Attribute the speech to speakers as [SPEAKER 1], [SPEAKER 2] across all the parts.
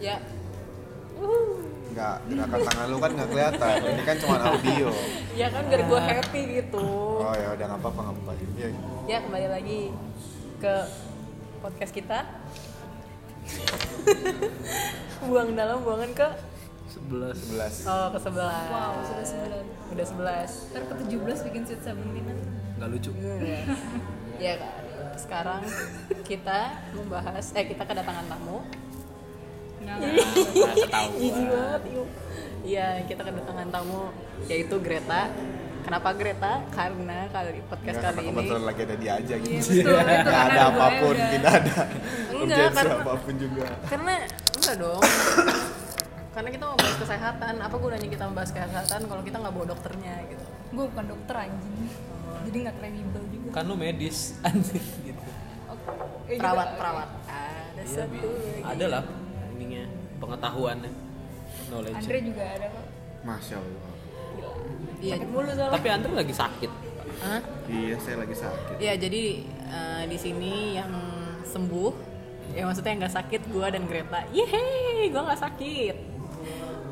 [SPEAKER 1] Ya.
[SPEAKER 2] Enggak, gerakan tangan lu kan nggak kelihatan. Ini kan cuma audio.
[SPEAKER 1] Ya kan biar
[SPEAKER 3] Ah.
[SPEAKER 1] gue happy gitu.
[SPEAKER 2] Oh ya udah nggak apa-apa nggak apa-apa. Iya.
[SPEAKER 1] Ya kembali lagi ke podcast kita. Buang dalam, buangan ke
[SPEAKER 3] Sebelas.
[SPEAKER 2] Sebelas.
[SPEAKER 1] oh ke sebelas.
[SPEAKER 4] Wow, sudah sembilan.
[SPEAKER 1] Udah sebelas.
[SPEAKER 4] Ntar ke 17 bikin sweet 17
[SPEAKER 3] Nggak lucu.
[SPEAKER 1] ya kan. Sekarang kita membahas eh kita kedatangan tamu.
[SPEAKER 4] Nggak lah.
[SPEAKER 3] Nah, ketahuan.
[SPEAKER 1] Jijik banget, yuk. Iya, kita kedatangan tamu yaitu Greta. Kenapa Greta? Karena kali podcast
[SPEAKER 2] Nggak,
[SPEAKER 1] kali
[SPEAKER 2] karena
[SPEAKER 1] ini Iya,
[SPEAKER 2] kebetulan lagi ada dia aja gitu.
[SPEAKER 4] betul, betul.
[SPEAKER 2] Nggak ada
[SPEAKER 4] Karena
[SPEAKER 2] apapun,
[SPEAKER 4] gue udah-
[SPEAKER 2] tidak ada.
[SPEAKER 1] Enggak,
[SPEAKER 2] urgensi
[SPEAKER 1] karena-
[SPEAKER 2] apapun juga.
[SPEAKER 1] karena enggak dong. karena kita mau bahas kesehatan. Apa gunanya kita membahas kesehatan kalau kita nggak bawa dokternya gitu?
[SPEAKER 4] Gue bukan dokter anjing. Jadi nggak kredibel juga.
[SPEAKER 3] Kan lu medis anjing gitu.
[SPEAKER 4] Oke. Eh, juga,
[SPEAKER 1] Perawat,
[SPEAKER 4] oke.
[SPEAKER 1] perawat. Ada
[SPEAKER 3] Iya,
[SPEAKER 1] satu.
[SPEAKER 3] Bi.
[SPEAKER 1] lagi.
[SPEAKER 3] Ada lah ininya pengetahuannya. Knowledge.
[SPEAKER 4] Andre juga ada kok.
[SPEAKER 2] Masya Allah.
[SPEAKER 1] Iya.
[SPEAKER 4] Sakit mulu soalnya.
[SPEAKER 3] Tapi Andre lagi sakit.
[SPEAKER 1] Hah?
[SPEAKER 2] Iya, saya lagi sakit.
[SPEAKER 1] Iya, jadi eh, di sini yang sembuh ya maksudnya yang nggak sakit gua dan Greta. Yeay, gua nggak sakit.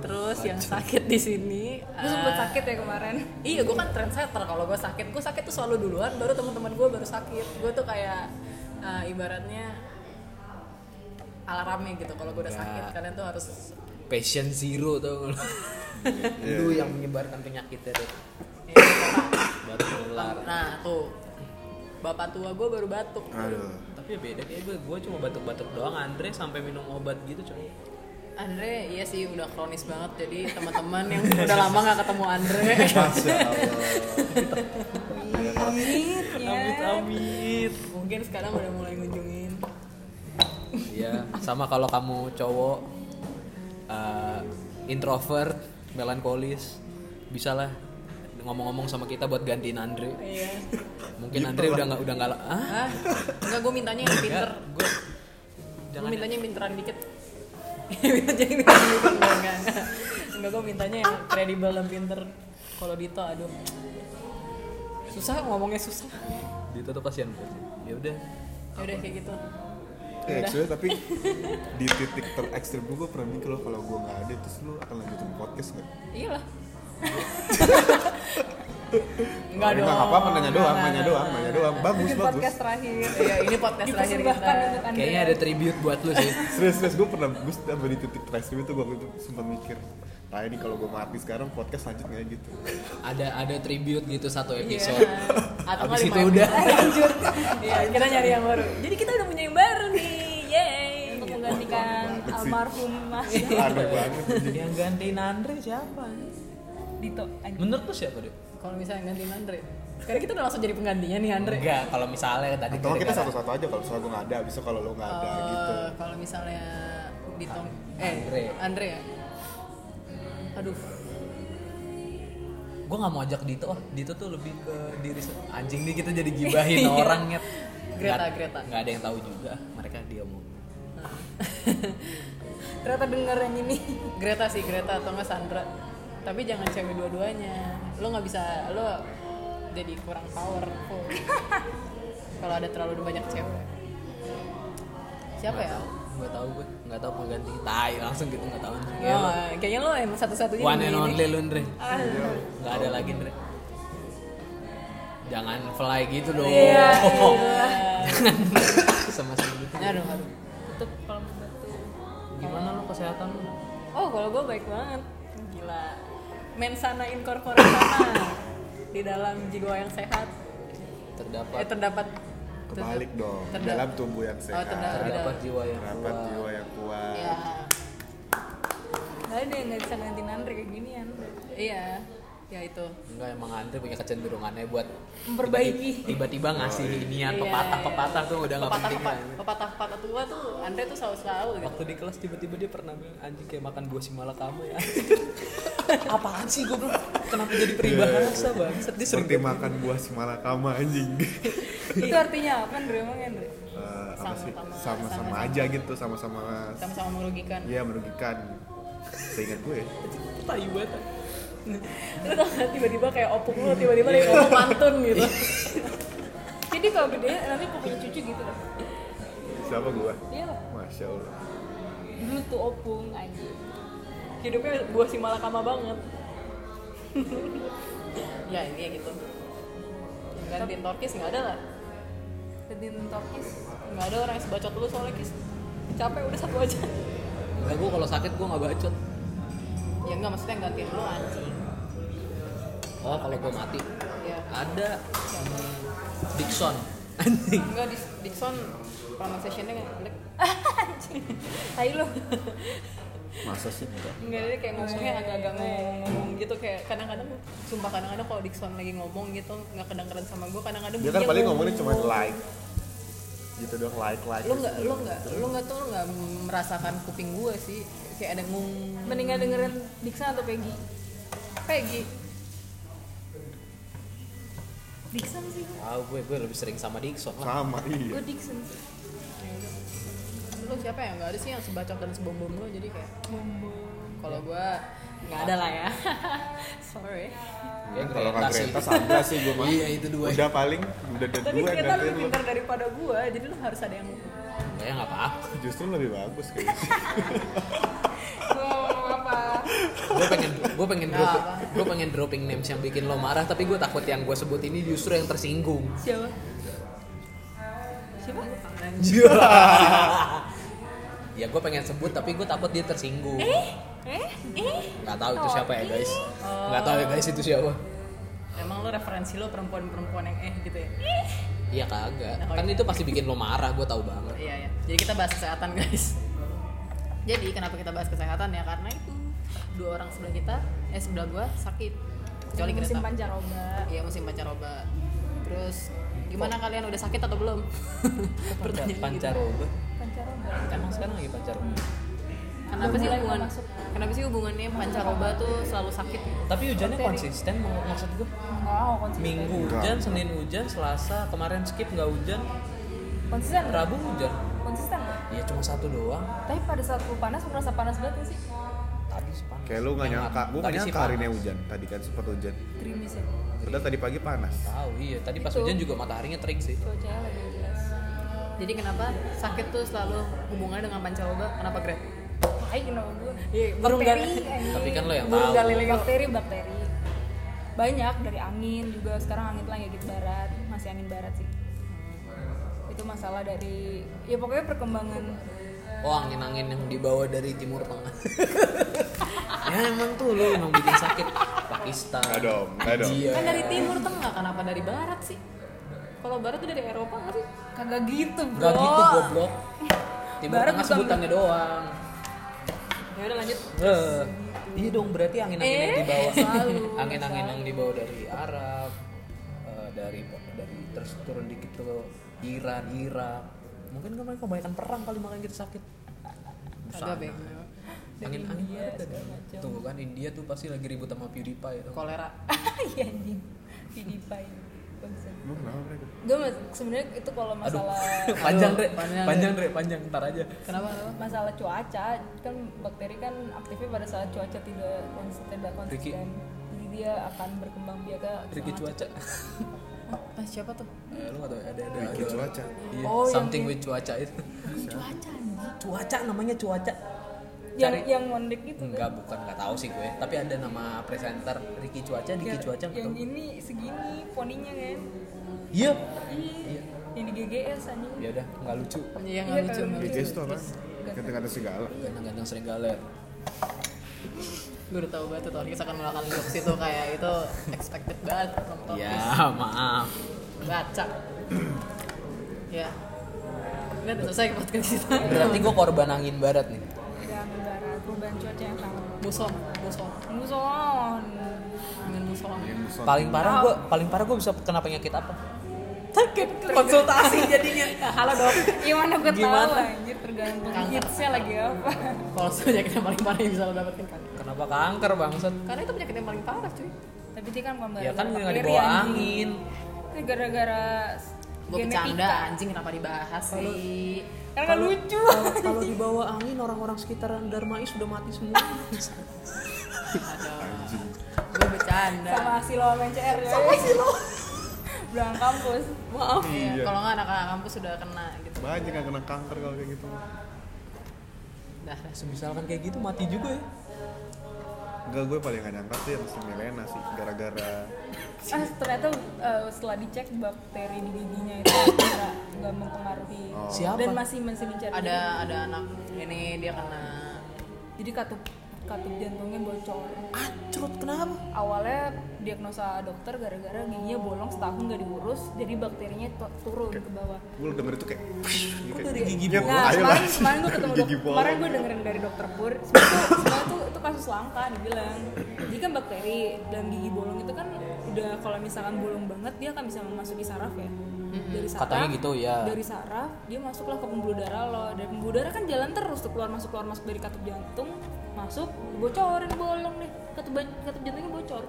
[SPEAKER 1] Terus yang sakit di sini eh,
[SPEAKER 4] Gue sempet sakit ya kemarin.
[SPEAKER 1] Iya, gue kan trendsetter. Kalau gue sakit, gue sakit tuh selalu duluan. Baru teman-teman gue baru sakit. Gue tuh kayak eh, ibaratnya alarmnya gitu. Kalau gue udah
[SPEAKER 3] Ya.
[SPEAKER 1] sakit, kalian tuh harus
[SPEAKER 3] Patient zero tau nggak lu. Lu yang menyebarkan penyakitnya tuh.
[SPEAKER 1] eh, bapak.
[SPEAKER 3] Baru menular.
[SPEAKER 1] Nah tuh bapak tua gue baru batuk.
[SPEAKER 2] Aduh.
[SPEAKER 3] Tapi ya beda kayak gue, gue cuma batuk-batuk doang. Andre sampai minum obat gitu coy.
[SPEAKER 1] Eh. Andre, iya sih udah kronis banget. Jadi teman-teman yang udah lama nggak ketemu Andre,
[SPEAKER 2] Masya Allah.
[SPEAKER 4] Amit ya.
[SPEAKER 3] Amit amit.
[SPEAKER 1] mungkin sekarang udah mulai ngunjungin.
[SPEAKER 3] Iya, sama kalau kamu cowok eh, introvert, melankolis, bisalah ngomong-ngomong sama kita buat gantiin Andre.
[SPEAKER 1] Iya.
[SPEAKER 3] Mungkin
[SPEAKER 2] Gitu
[SPEAKER 3] Andre udah nggak udah nggak la- ah
[SPEAKER 1] Hah? Enggak, gue mintanya yang pinter.
[SPEAKER 3] enggak, gue
[SPEAKER 1] Gue
[SPEAKER 3] jangan
[SPEAKER 1] mintanya yang pinteran dikit Mintanya yang pinteran dikit Enggak, enggak Enggak, gue mintanya yang kredibel dan pinter Kalau Dito, aduh Susah, ngomongnya susah
[SPEAKER 3] Dito tuh kasihan banget. Ya udah.
[SPEAKER 1] Yaudah, kayak gitu
[SPEAKER 2] Eh, actually, tapi di titik terekstrim gue pernah mikir loh kalau gue nggak ada terus lu akan lanjutin podcast nggak?
[SPEAKER 1] Iyalah
[SPEAKER 2] Enggak
[SPEAKER 1] Enggak dong
[SPEAKER 2] apa-apa, nanya doang,
[SPEAKER 1] Enggak,
[SPEAKER 2] nanya
[SPEAKER 1] enggak,
[SPEAKER 2] doang, nanya doang. Bagus,
[SPEAKER 4] Bikin
[SPEAKER 2] bagus.
[SPEAKER 4] podcast terakhir.
[SPEAKER 1] Iya, ini podcast terakhir kita
[SPEAKER 4] Dipersembahkan untuk
[SPEAKER 1] Kan
[SPEAKER 4] Andre.
[SPEAKER 3] Kayaknya ada tribute buat lu sih.
[SPEAKER 2] Serius, serius, gue pernah, gue sampai di titik terekstrim itu gue itu sempat mikir Nah ini kalau gue mati sekarang podcast lanjut nggak gitu
[SPEAKER 3] Ada ada tribute gitu satu
[SPEAKER 1] Iya.
[SPEAKER 3] episode.
[SPEAKER 1] Atau
[SPEAKER 3] Abis
[SPEAKER 1] nggak
[SPEAKER 3] itu
[SPEAKER 1] lima
[SPEAKER 3] udah.
[SPEAKER 1] episode. Lanjut Iya, kita nyari yang baru Jadi kita udah punya yang baru nih Yeay
[SPEAKER 4] Untuk menggantikan
[SPEAKER 2] Wah, banget
[SPEAKER 3] Iya.
[SPEAKER 2] sih.
[SPEAKER 4] almarhum Mas
[SPEAKER 2] Aneh banget
[SPEAKER 3] Yang gantiin Andre siapa?
[SPEAKER 4] Dito anjing.
[SPEAKER 3] Menurut lu siapa deh?
[SPEAKER 1] Kalau misalnya gantiin Andre Sekarang kita udah langsung jadi penggantinya nih Andre
[SPEAKER 3] Enggak, kalau misalnya tadi
[SPEAKER 2] Atau kita
[SPEAKER 3] gara-gara-
[SPEAKER 2] satu-satu aja kalau misalnya gue nggak ada, bisa kalau lo nggak ada
[SPEAKER 1] Eh,
[SPEAKER 2] gitu
[SPEAKER 1] Kalau misalnya Dito Eh,
[SPEAKER 3] Andre.
[SPEAKER 1] Andre ya Hmm, Aduh
[SPEAKER 3] gue nggak mau ajak Dito ah Dito tuh lebih ke diri se- anjing nih kita jadi gibahin orangnya
[SPEAKER 1] Iya. Greta, Greta.
[SPEAKER 3] nggak ada yang tahu juga mereka dia mau
[SPEAKER 1] Nah.
[SPEAKER 4] Ternyata denger yang ini.
[SPEAKER 1] Greta sih Greta atau nggak Sandra tapi jangan cewek dua-duanya lo nggak bisa lo jadi kurang powerful kalau ada terlalu banyak cewek siapa ya
[SPEAKER 3] gue tahu gue nggak tahu pengganti tai langsung gitu nggak tahu anjing.
[SPEAKER 1] Ya, kayaknya lo emang satu-satunya
[SPEAKER 3] one
[SPEAKER 1] di
[SPEAKER 3] and
[SPEAKER 1] ini.
[SPEAKER 3] only lu Andre nggak ada lagi Andre jangan fly gitu dong
[SPEAKER 1] Iya,
[SPEAKER 3] Oh. jangan sama sama gitu
[SPEAKER 1] aduh aduh
[SPEAKER 4] Tutup kalau membantu.
[SPEAKER 3] gimana lo kesehatan lu
[SPEAKER 1] oh kalau gue baik banget gila mensana incorpore sana di dalam jiwa yang sehat eh
[SPEAKER 3] terdapat
[SPEAKER 1] terdapat
[SPEAKER 2] Kebalik dong,
[SPEAKER 1] terda-
[SPEAKER 2] dalam tubuh yang
[SPEAKER 1] oh, terdapat
[SPEAKER 2] sehat
[SPEAKER 3] terdapat jiwa yang
[SPEAKER 2] Rapat jiwa yang kuat
[SPEAKER 1] ya
[SPEAKER 4] Gak ada yang gak bisa gantiin Andre kayak ginian.
[SPEAKER 1] iya ya itu
[SPEAKER 3] Enggak emang Andre punya kecenderungannya buat
[SPEAKER 4] Memperbaiki.
[SPEAKER 3] tiba-tiba- tiba-tiba ngasih inian
[SPEAKER 1] Iya,
[SPEAKER 3] pepatah-pepatah tuh udah Ya, nggak
[SPEAKER 1] pepatah
[SPEAKER 3] penting kan.
[SPEAKER 1] pepatah,
[SPEAKER 3] lagi.
[SPEAKER 1] pepatah pepatah tua tuh Andre tuh selalu selalu gitu
[SPEAKER 3] Waktu di kelas tiba-tiba dia pernah bilang anjing kayak makan buah malakama ya. Apaan sih gue Kenapa jadi peribahasa bang? Dia sering
[SPEAKER 2] Seperti makan buah simalakama anjing
[SPEAKER 4] Itu artinya apa Andre emang Andre?
[SPEAKER 2] Eh, apa sih?
[SPEAKER 1] Sama-sama-
[SPEAKER 2] Sama-sama aja gitu, sama-sama
[SPEAKER 1] sama-sama merugikan
[SPEAKER 2] Iya merugikan Seingat ya. gue
[SPEAKER 3] tai banget.
[SPEAKER 1] lu tau gak tiba-tiba kayak opung lu tiba-tiba dia ngomong pantun gitu
[SPEAKER 4] Jadi kalau gede nanti punya cucu gitu loh.
[SPEAKER 2] Siapa gue?
[SPEAKER 4] Iya lah.
[SPEAKER 2] Masya Allah
[SPEAKER 4] Dulu itu opung anjing hidupnya buah si malakama banget
[SPEAKER 1] ya ini ya gitu gantiin torkis nggak ada lah
[SPEAKER 4] Kedin tokis
[SPEAKER 1] nggak ada orang yang sebacot lu soalnya kis capek udah satu aja
[SPEAKER 3] Enggak, gue kalau sakit gue nggak bacot.
[SPEAKER 1] ya nggak maksudnya yang gantiin lu anjing
[SPEAKER 3] Oh, kalau gue mati.
[SPEAKER 1] ya
[SPEAKER 3] Ada hmm, Dixon. Anjing.
[SPEAKER 1] enggak di Dixon pronunciationnya nggak klik
[SPEAKER 4] tai lu
[SPEAKER 2] masa sih enggak
[SPEAKER 1] Enggak, dia kayak ngomongnya
[SPEAKER 4] Oh,
[SPEAKER 1] agak-agak
[SPEAKER 4] iya,
[SPEAKER 1] ngomong, ngomong gitu kayak kadang-kadang sumpah kadang-kadang kalau Dixon lagi ngomong gitu nggak kedengeran sama gue kadang-kadang
[SPEAKER 2] dia kan paling ngomongnya cuma like gitu doang like like
[SPEAKER 1] lu nggak lu nggak lu nggak tuh lu nggak merasakan kuping gue sih kayak ada ngung
[SPEAKER 4] mendingan dengerin Dixon atau Peggy
[SPEAKER 1] Peggy
[SPEAKER 4] Dixon sih
[SPEAKER 3] Wow, gue gue lebih sering sama Dixon lah.
[SPEAKER 2] sama iya
[SPEAKER 4] gue Dixon sih
[SPEAKER 1] lu siapa ya nggak ada sih yang sebacok dan sebom-bom lu jadi kayak kalau gue
[SPEAKER 4] nggak ada lah ya sorry
[SPEAKER 3] Ya,
[SPEAKER 2] kalau nggak
[SPEAKER 3] Greta sih.
[SPEAKER 2] Greta Sandra sih gue mah
[SPEAKER 3] Iya, itu dua.
[SPEAKER 2] udah paling udah ada
[SPEAKER 1] tapi
[SPEAKER 2] dua yang
[SPEAKER 1] ternyata
[SPEAKER 2] gantiin
[SPEAKER 1] lebih
[SPEAKER 2] lu
[SPEAKER 1] pintar daripada gue jadi lu harus ada yang
[SPEAKER 3] Ya nggak apa-apa.
[SPEAKER 2] justru lebih bagus gitu. kayaknya
[SPEAKER 4] gue ngomong apa
[SPEAKER 3] Gue pengen gue pengen
[SPEAKER 1] Nggak
[SPEAKER 3] drop,
[SPEAKER 1] apa.
[SPEAKER 3] gue pengen dropping names yang bikin lo marah, tapi gue takut yang gue sebut ini justru yang tersinggung.
[SPEAKER 1] siapa
[SPEAKER 4] siapa
[SPEAKER 3] ya gue pengen sebut tapi gue takut dia tersinggung.
[SPEAKER 4] eh eh
[SPEAKER 3] Nggak tahu itu siapa ya guys.
[SPEAKER 1] Oh.
[SPEAKER 3] Nggak tahu ya guys itu siapa.
[SPEAKER 1] emang lu referensi lu perempuan-perempuan yang eh gitu ya
[SPEAKER 3] Iya kagak. Kan itu pasti bikin lo marah, gue tahu banget.
[SPEAKER 1] Iya, iya. Jadi kita bahas kesehatan, guys. Jadi kenapa kita bahas kesehatan ya? Karena itu dua orang sebelah kita, eh sebelah gua sakit. Kecuali
[SPEAKER 4] musim
[SPEAKER 1] Greta.
[SPEAKER 4] pancaroba
[SPEAKER 1] Iya, musim pancaroba. Terus gimana kalian udah sakit atau belum? Pertanyaan gitu.
[SPEAKER 3] Pancaroba.
[SPEAKER 4] Iya. pancaroba
[SPEAKER 3] Emang sekarang lagi pancaroba.
[SPEAKER 1] Kenapa sih hubungan Kenapa sih hubungannya pancaroba tuh selalu sakit?
[SPEAKER 3] Tapi hujannya konsisten mau- maksud gue.
[SPEAKER 4] nggak mau konsisten
[SPEAKER 3] Minggu hujan, Senin hujan, Selasa kemarin skip nggak hujan,
[SPEAKER 4] konsisten nggak?
[SPEAKER 3] Rabu hujan.
[SPEAKER 4] konsisten nggak?
[SPEAKER 3] Ya cuma satu doang.
[SPEAKER 4] tapi pada saat lu panas lu merasa panas banget nggak sih
[SPEAKER 3] Tadi sih panas.
[SPEAKER 2] kayak lu nggak
[SPEAKER 3] Yang
[SPEAKER 2] nyangka gue nggak
[SPEAKER 3] tadi sih
[SPEAKER 2] nyangka hari ini
[SPEAKER 3] panas.
[SPEAKER 2] hujan tadi kan sempat hujan
[SPEAKER 4] gerimis ya
[SPEAKER 2] padahal tadi pagi panas
[SPEAKER 3] Tahu iya, tadi pas
[SPEAKER 4] Itu. Eh.
[SPEAKER 3] hujan juga mataharinya terik sih.
[SPEAKER 4] cuacanya lagi nggak jelas
[SPEAKER 1] Jadi kenapa sakit tuh selalu hubungannya dengan pancaroba? Kenapa, Gret?
[SPEAKER 4] Hai kenapa gue?
[SPEAKER 1] Iya, burung
[SPEAKER 4] gitu bakteri.
[SPEAKER 1] gal-
[SPEAKER 4] anjing.
[SPEAKER 3] Tapi kan lo yang
[SPEAKER 4] burung
[SPEAKER 3] tahu.
[SPEAKER 4] Galileo bakteri bakteri. Banyak dari angin juga sekarang angin lagi gitu barat, masih angin barat sih. Itu masalah dari ya pokoknya perkembangan
[SPEAKER 3] Oh angin-angin yang dibawa dari timur tengah. ya emang tuh lo emang bikin sakit. Pakistan. Iya.
[SPEAKER 2] Nggak dong, nggak dong.
[SPEAKER 3] India.
[SPEAKER 1] Kan dari timur tengah, kenapa dari barat sih? Kalau barat tuh dari Eropa nggak sih?
[SPEAKER 4] kagak gitu, Bro.
[SPEAKER 3] Nggak gitu goblok. Timur
[SPEAKER 4] Barat
[SPEAKER 3] tengah
[SPEAKER 4] juga
[SPEAKER 3] sebutannya doang.
[SPEAKER 1] Ya udah lanjut.
[SPEAKER 3] Eh, iya dong berarti angin-angin yang dibawa
[SPEAKER 4] Eh. selalu,
[SPEAKER 3] angin-angin yang dibawa dari Arab eh, dari dari terus turun dikit tuh Iran Irak mungkin kan mereka kebanyakan perang kali makanya kita sakit
[SPEAKER 1] Kagak bego.
[SPEAKER 3] angin-angin Barat ada. tuh kan India tuh pasti lagi ribut sama PewDiePie itu
[SPEAKER 1] Kolera.
[SPEAKER 4] Iya anjing. PewDiePie. Bangsat.
[SPEAKER 2] lu kenapa mereka
[SPEAKER 4] Gue mas- sebenarnya itu kalau
[SPEAKER 3] aduh
[SPEAKER 4] masalah
[SPEAKER 3] panjang
[SPEAKER 1] Aduh,
[SPEAKER 3] deh
[SPEAKER 1] panjang,
[SPEAKER 3] panjang deh panjang ntar aja
[SPEAKER 1] Kenapa? kenapa?
[SPEAKER 4] masalah cuaca kan bakteri kan aktifnya pada saat cuaca tidak konsisten tidak
[SPEAKER 3] Ricky.
[SPEAKER 4] konsisten jadi dia akan berkembang biak ke
[SPEAKER 3] Ricky cuaca
[SPEAKER 1] Mas siapa tuh?
[SPEAKER 3] Eh, lu gak tau ada ada
[SPEAKER 2] bikin
[SPEAKER 3] ada-
[SPEAKER 2] cuaca
[SPEAKER 3] Iya,
[SPEAKER 4] Oh, yang
[SPEAKER 3] something with cuaca itu
[SPEAKER 4] cuaca anjing.
[SPEAKER 3] cuaca namanya cuaca
[SPEAKER 4] yang
[SPEAKER 3] Cari-
[SPEAKER 4] yang mondek gitu kan
[SPEAKER 3] Enggak, bukan nggak tahu sih gue. Tapi ada nama presenter Ricky Cuaca, Diki Cuaca nggak
[SPEAKER 4] yang
[SPEAKER 3] tahu.
[SPEAKER 4] ini segini poninya kan
[SPEAKER 3] Iya.
[SPEAKER 4] iya yang di GGS anjing
[SPEAKER 3] Ya udah, nggak lucu.
[SPEAKER 1] Iya nggak
[SPEAKER 4] Iya,
[SPEAKER 1] lucu.
[SPEAKER 4] kalau
[SPEAKER 1] nggak lucu.
[SPEAKER 2] BTS tuh apa kan? kata-kata segala
[SPEAKER 3] Ganteng-ganteng sering galer.
[SPEAKER 1] Gue udah tahu banget tuh Torkis akan melakukan jokes itu kayak itu expected banget from
[SPEAKER 3] Ya,
[SPEAKER 1] Torkis.
[SPEAKER 3] maaf.
[SPEAKER 1] Baca. ya. Udah udah selesai podcast kita.
[SPEAKER 3] Berarti gue korban angin barat nih.
[SPEAKER 4] dan udara perubahan cuaca yang sama
[SPEAKER 1] Muson, muson,
[SPEAKER 4] muson
[SPEAKER 1] angin muson.
[SPEAKER 2] Yang muson.
[SPEAKER 3] Paling parah gue, paling parah gue bisa kena penyakit apa?
[SPEAKER 4] sakit
[SPEAKER 3] Konsultasi jadinya.
[SPEAKER 4] halo dok gimana gue tahu
[SPEAKER 3] Gimana?
[SPEAKER 4] anjir tergantung hitsnya lagi apa
[SPEAKER 1] Kalau penyakit yang paling parah yang bisa lo dapetin kan.
[SPEAKER 3] Kenapa kanker bangsat?
[SPEAKER 1] Karena itu penyakit yang paling parah cuy.
[SPEAKER 4] tapi dia kan bukan
[SPEAKER 3] Ya kan nggak
[SPEAKER 4] gara-gara bakteri,
[SPEAKER 3] dibawa
[SPEAKER 4] anjing.
[SPEAKER 3] angin.
[SPEAKER 4] Ini gara-gara
[SPEAKER 1] Gue bercanda anjing kenapa dibahas sih?
[SPEAKER 4] Karena nggak lucu.
[SPEAKER 3] Kalau dibawa angin orang-orang sekitaran Darmais sudah mati semua.
[SPEAKER 2] anjing
[SPEAKER 1] Gue bercanda.
[SPEAKER 4] Sama si lo sama CR ya. Sama si lo. Belakang kampus.
[SPEAKER 1] Maaf. Iya.
[SPEAKER 2] Iya.
[SPEAKER 1] Kalau nggak anak-anak kampus sudah kena gitu.
[SPEAKER 2] banyak yang kena kanker kalau kayak gitu
[SPEAKER 1] Dah, dah.
[SPEAKER 3] Semisalkan kayak gitu mati juga ya.
[SPEAKER 2] Enggak gue paling gak nyangka tuh yang si Milena sih gara-gara
[SPEAKER 4] ah ternyata eh, setelah dicek bakteri di giginya itu nggak nggak mempengaruhi
[SPEAKER 2] Oh.
[SPEAKER 3] Siapa?
[SPEAKER 4] dan masih masih mencari
[SPEAKER 1] ada ada anak ini dia kena
[SPEAKER 4] jadi katup katup jantungnya bocor
[SPEAKER 3] Cerut kenapa?
[SPEAKER 4] awalnya diagnosa dokter gara-gara giginya bolong setahun gak diurus jadi bakterinya tu- turun ke bawah
[SPEAKER 2] gue denger itu kayak gitu
[SPEAKER 3] dari gigi
[SPEAKER 2] Ya,
[SPEAKER 3] bolong?
[SPEAKER 4] Nah,
[SPEAKER 2] ayo
[SPEAKER 4] kemarin,
[SPEAKER 2] lah.
[SPEAKER 4] kemarin gue ketemu
[SPEAKER 2] Gigi
[SPEAKER 4] dokter,
[SPEAKER 2] bolong.
[SPEAKER 4] kemarin gue dengerin dari dokter Pur, sebenarnya tuh- sebenarnya tuh itu kasus langka dibilang. Jadi kan bakteri dalam gigi bolong itu kan udah kalau misalkan bolong banget dia akan bisa memasuki saraf ya. Dari saraf.
[SPEAKER 3] Katanya gitu, ya.
[SPEAKER 4] Dari saraf dia masuklah ke pembuluh darah lo. Dan pembuluh darah kan jalan terus tuh keluar masuk keluar masuk dari katup jantung, masuk bocorin bolong deh. Katup ban- katup jantungnya bocor.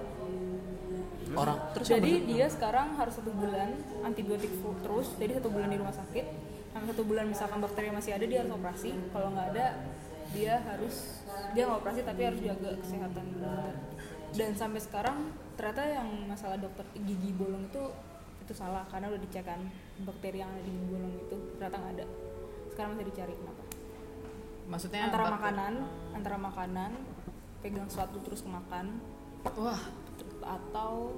[SPEAKER 3] Orang terus
[SPEAKER 4] Jadi dia sekarang harus satu bulan antibiotik fu- terus, jadi satu bulan di rumah sakit. Yang satu bulan misalkan bakteri masih ada dia harus operasi. Kalau nggak ada dia harus dia nggak operasi tapi harus jaga kesehatan benar. Dan sampai sekarang ternyata yang masalah dokter gigi bolong itu itu salah karena udah dicek kan bakteri yang ada di gigi bolong itu ternyata nggak ada. Sekarang masih dicari kenapa?
[SPEAKER 1] maksudnya
[SPEAKER 4] Antara
[SPEAKER 1] bak-
[SPEAKER 4] makanan, antara makanan pegang sesuatu terus kemakan
[SPEAKER 1] wah
[SPEAKER 4] atau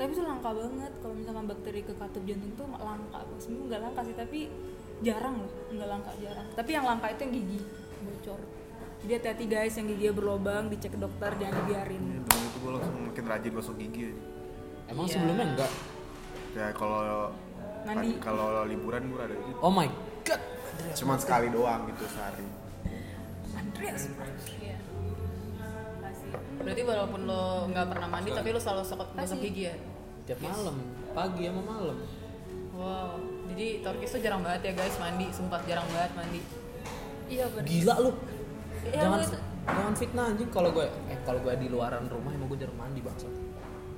[SPEAKER 4] tapi itu langka banget kalau misalkan bakteri ke katup jantung tuh langka sebenarnya nggak langka sih tapi jarang loh nggak langka jarang tapi yang langka itu yang gigi bocor jadi hati-hati guys yang giginya berlobang dicek ke dokter jangan dibiarin
[SPEAKER 2] Ya, dulu itu gue langsung makin rajin gosok gigi aja.
[SPEAKER 3] emang
[SPEAKER 1] Iya.
[SPEAKER 3] sebelumnya enggak.
[SPEAKER 2] ya kalau
[SPEAKER 4] Mandi.
[SPEAKER 2] kalau liburan gue ada
[SPEAKER 3] Oh my god.
[SPEAKER 2] cuman sekali doang gitu sehari
[SPEAKER 4] Andreas Iya. Kasih.
[SPEAKER 1] berarti walaupun lo nggak pernah mandi tapi lo selalu sokot gosok gigi ya
[SPEAKER 3] Tiap malam, pagi sama malam.
[SPEAKER 1] wow jadi Turkish tuh jarang banget ya guys mandi sumpah jarang banget mandi
[SPEAKER 4] iya benar
[SPEAKER 3] Gila lu.
[SPEAKER 4] Iya,
[SPEAKER 3] jangan
[SPEAKER 4] gua itu-
[SPEAKER 3] jangan fitnah anjing kalau gue eh kalau gue di luaran rumah emang gue jarang mandi bangsa.
[SPEAKER 4] Iya.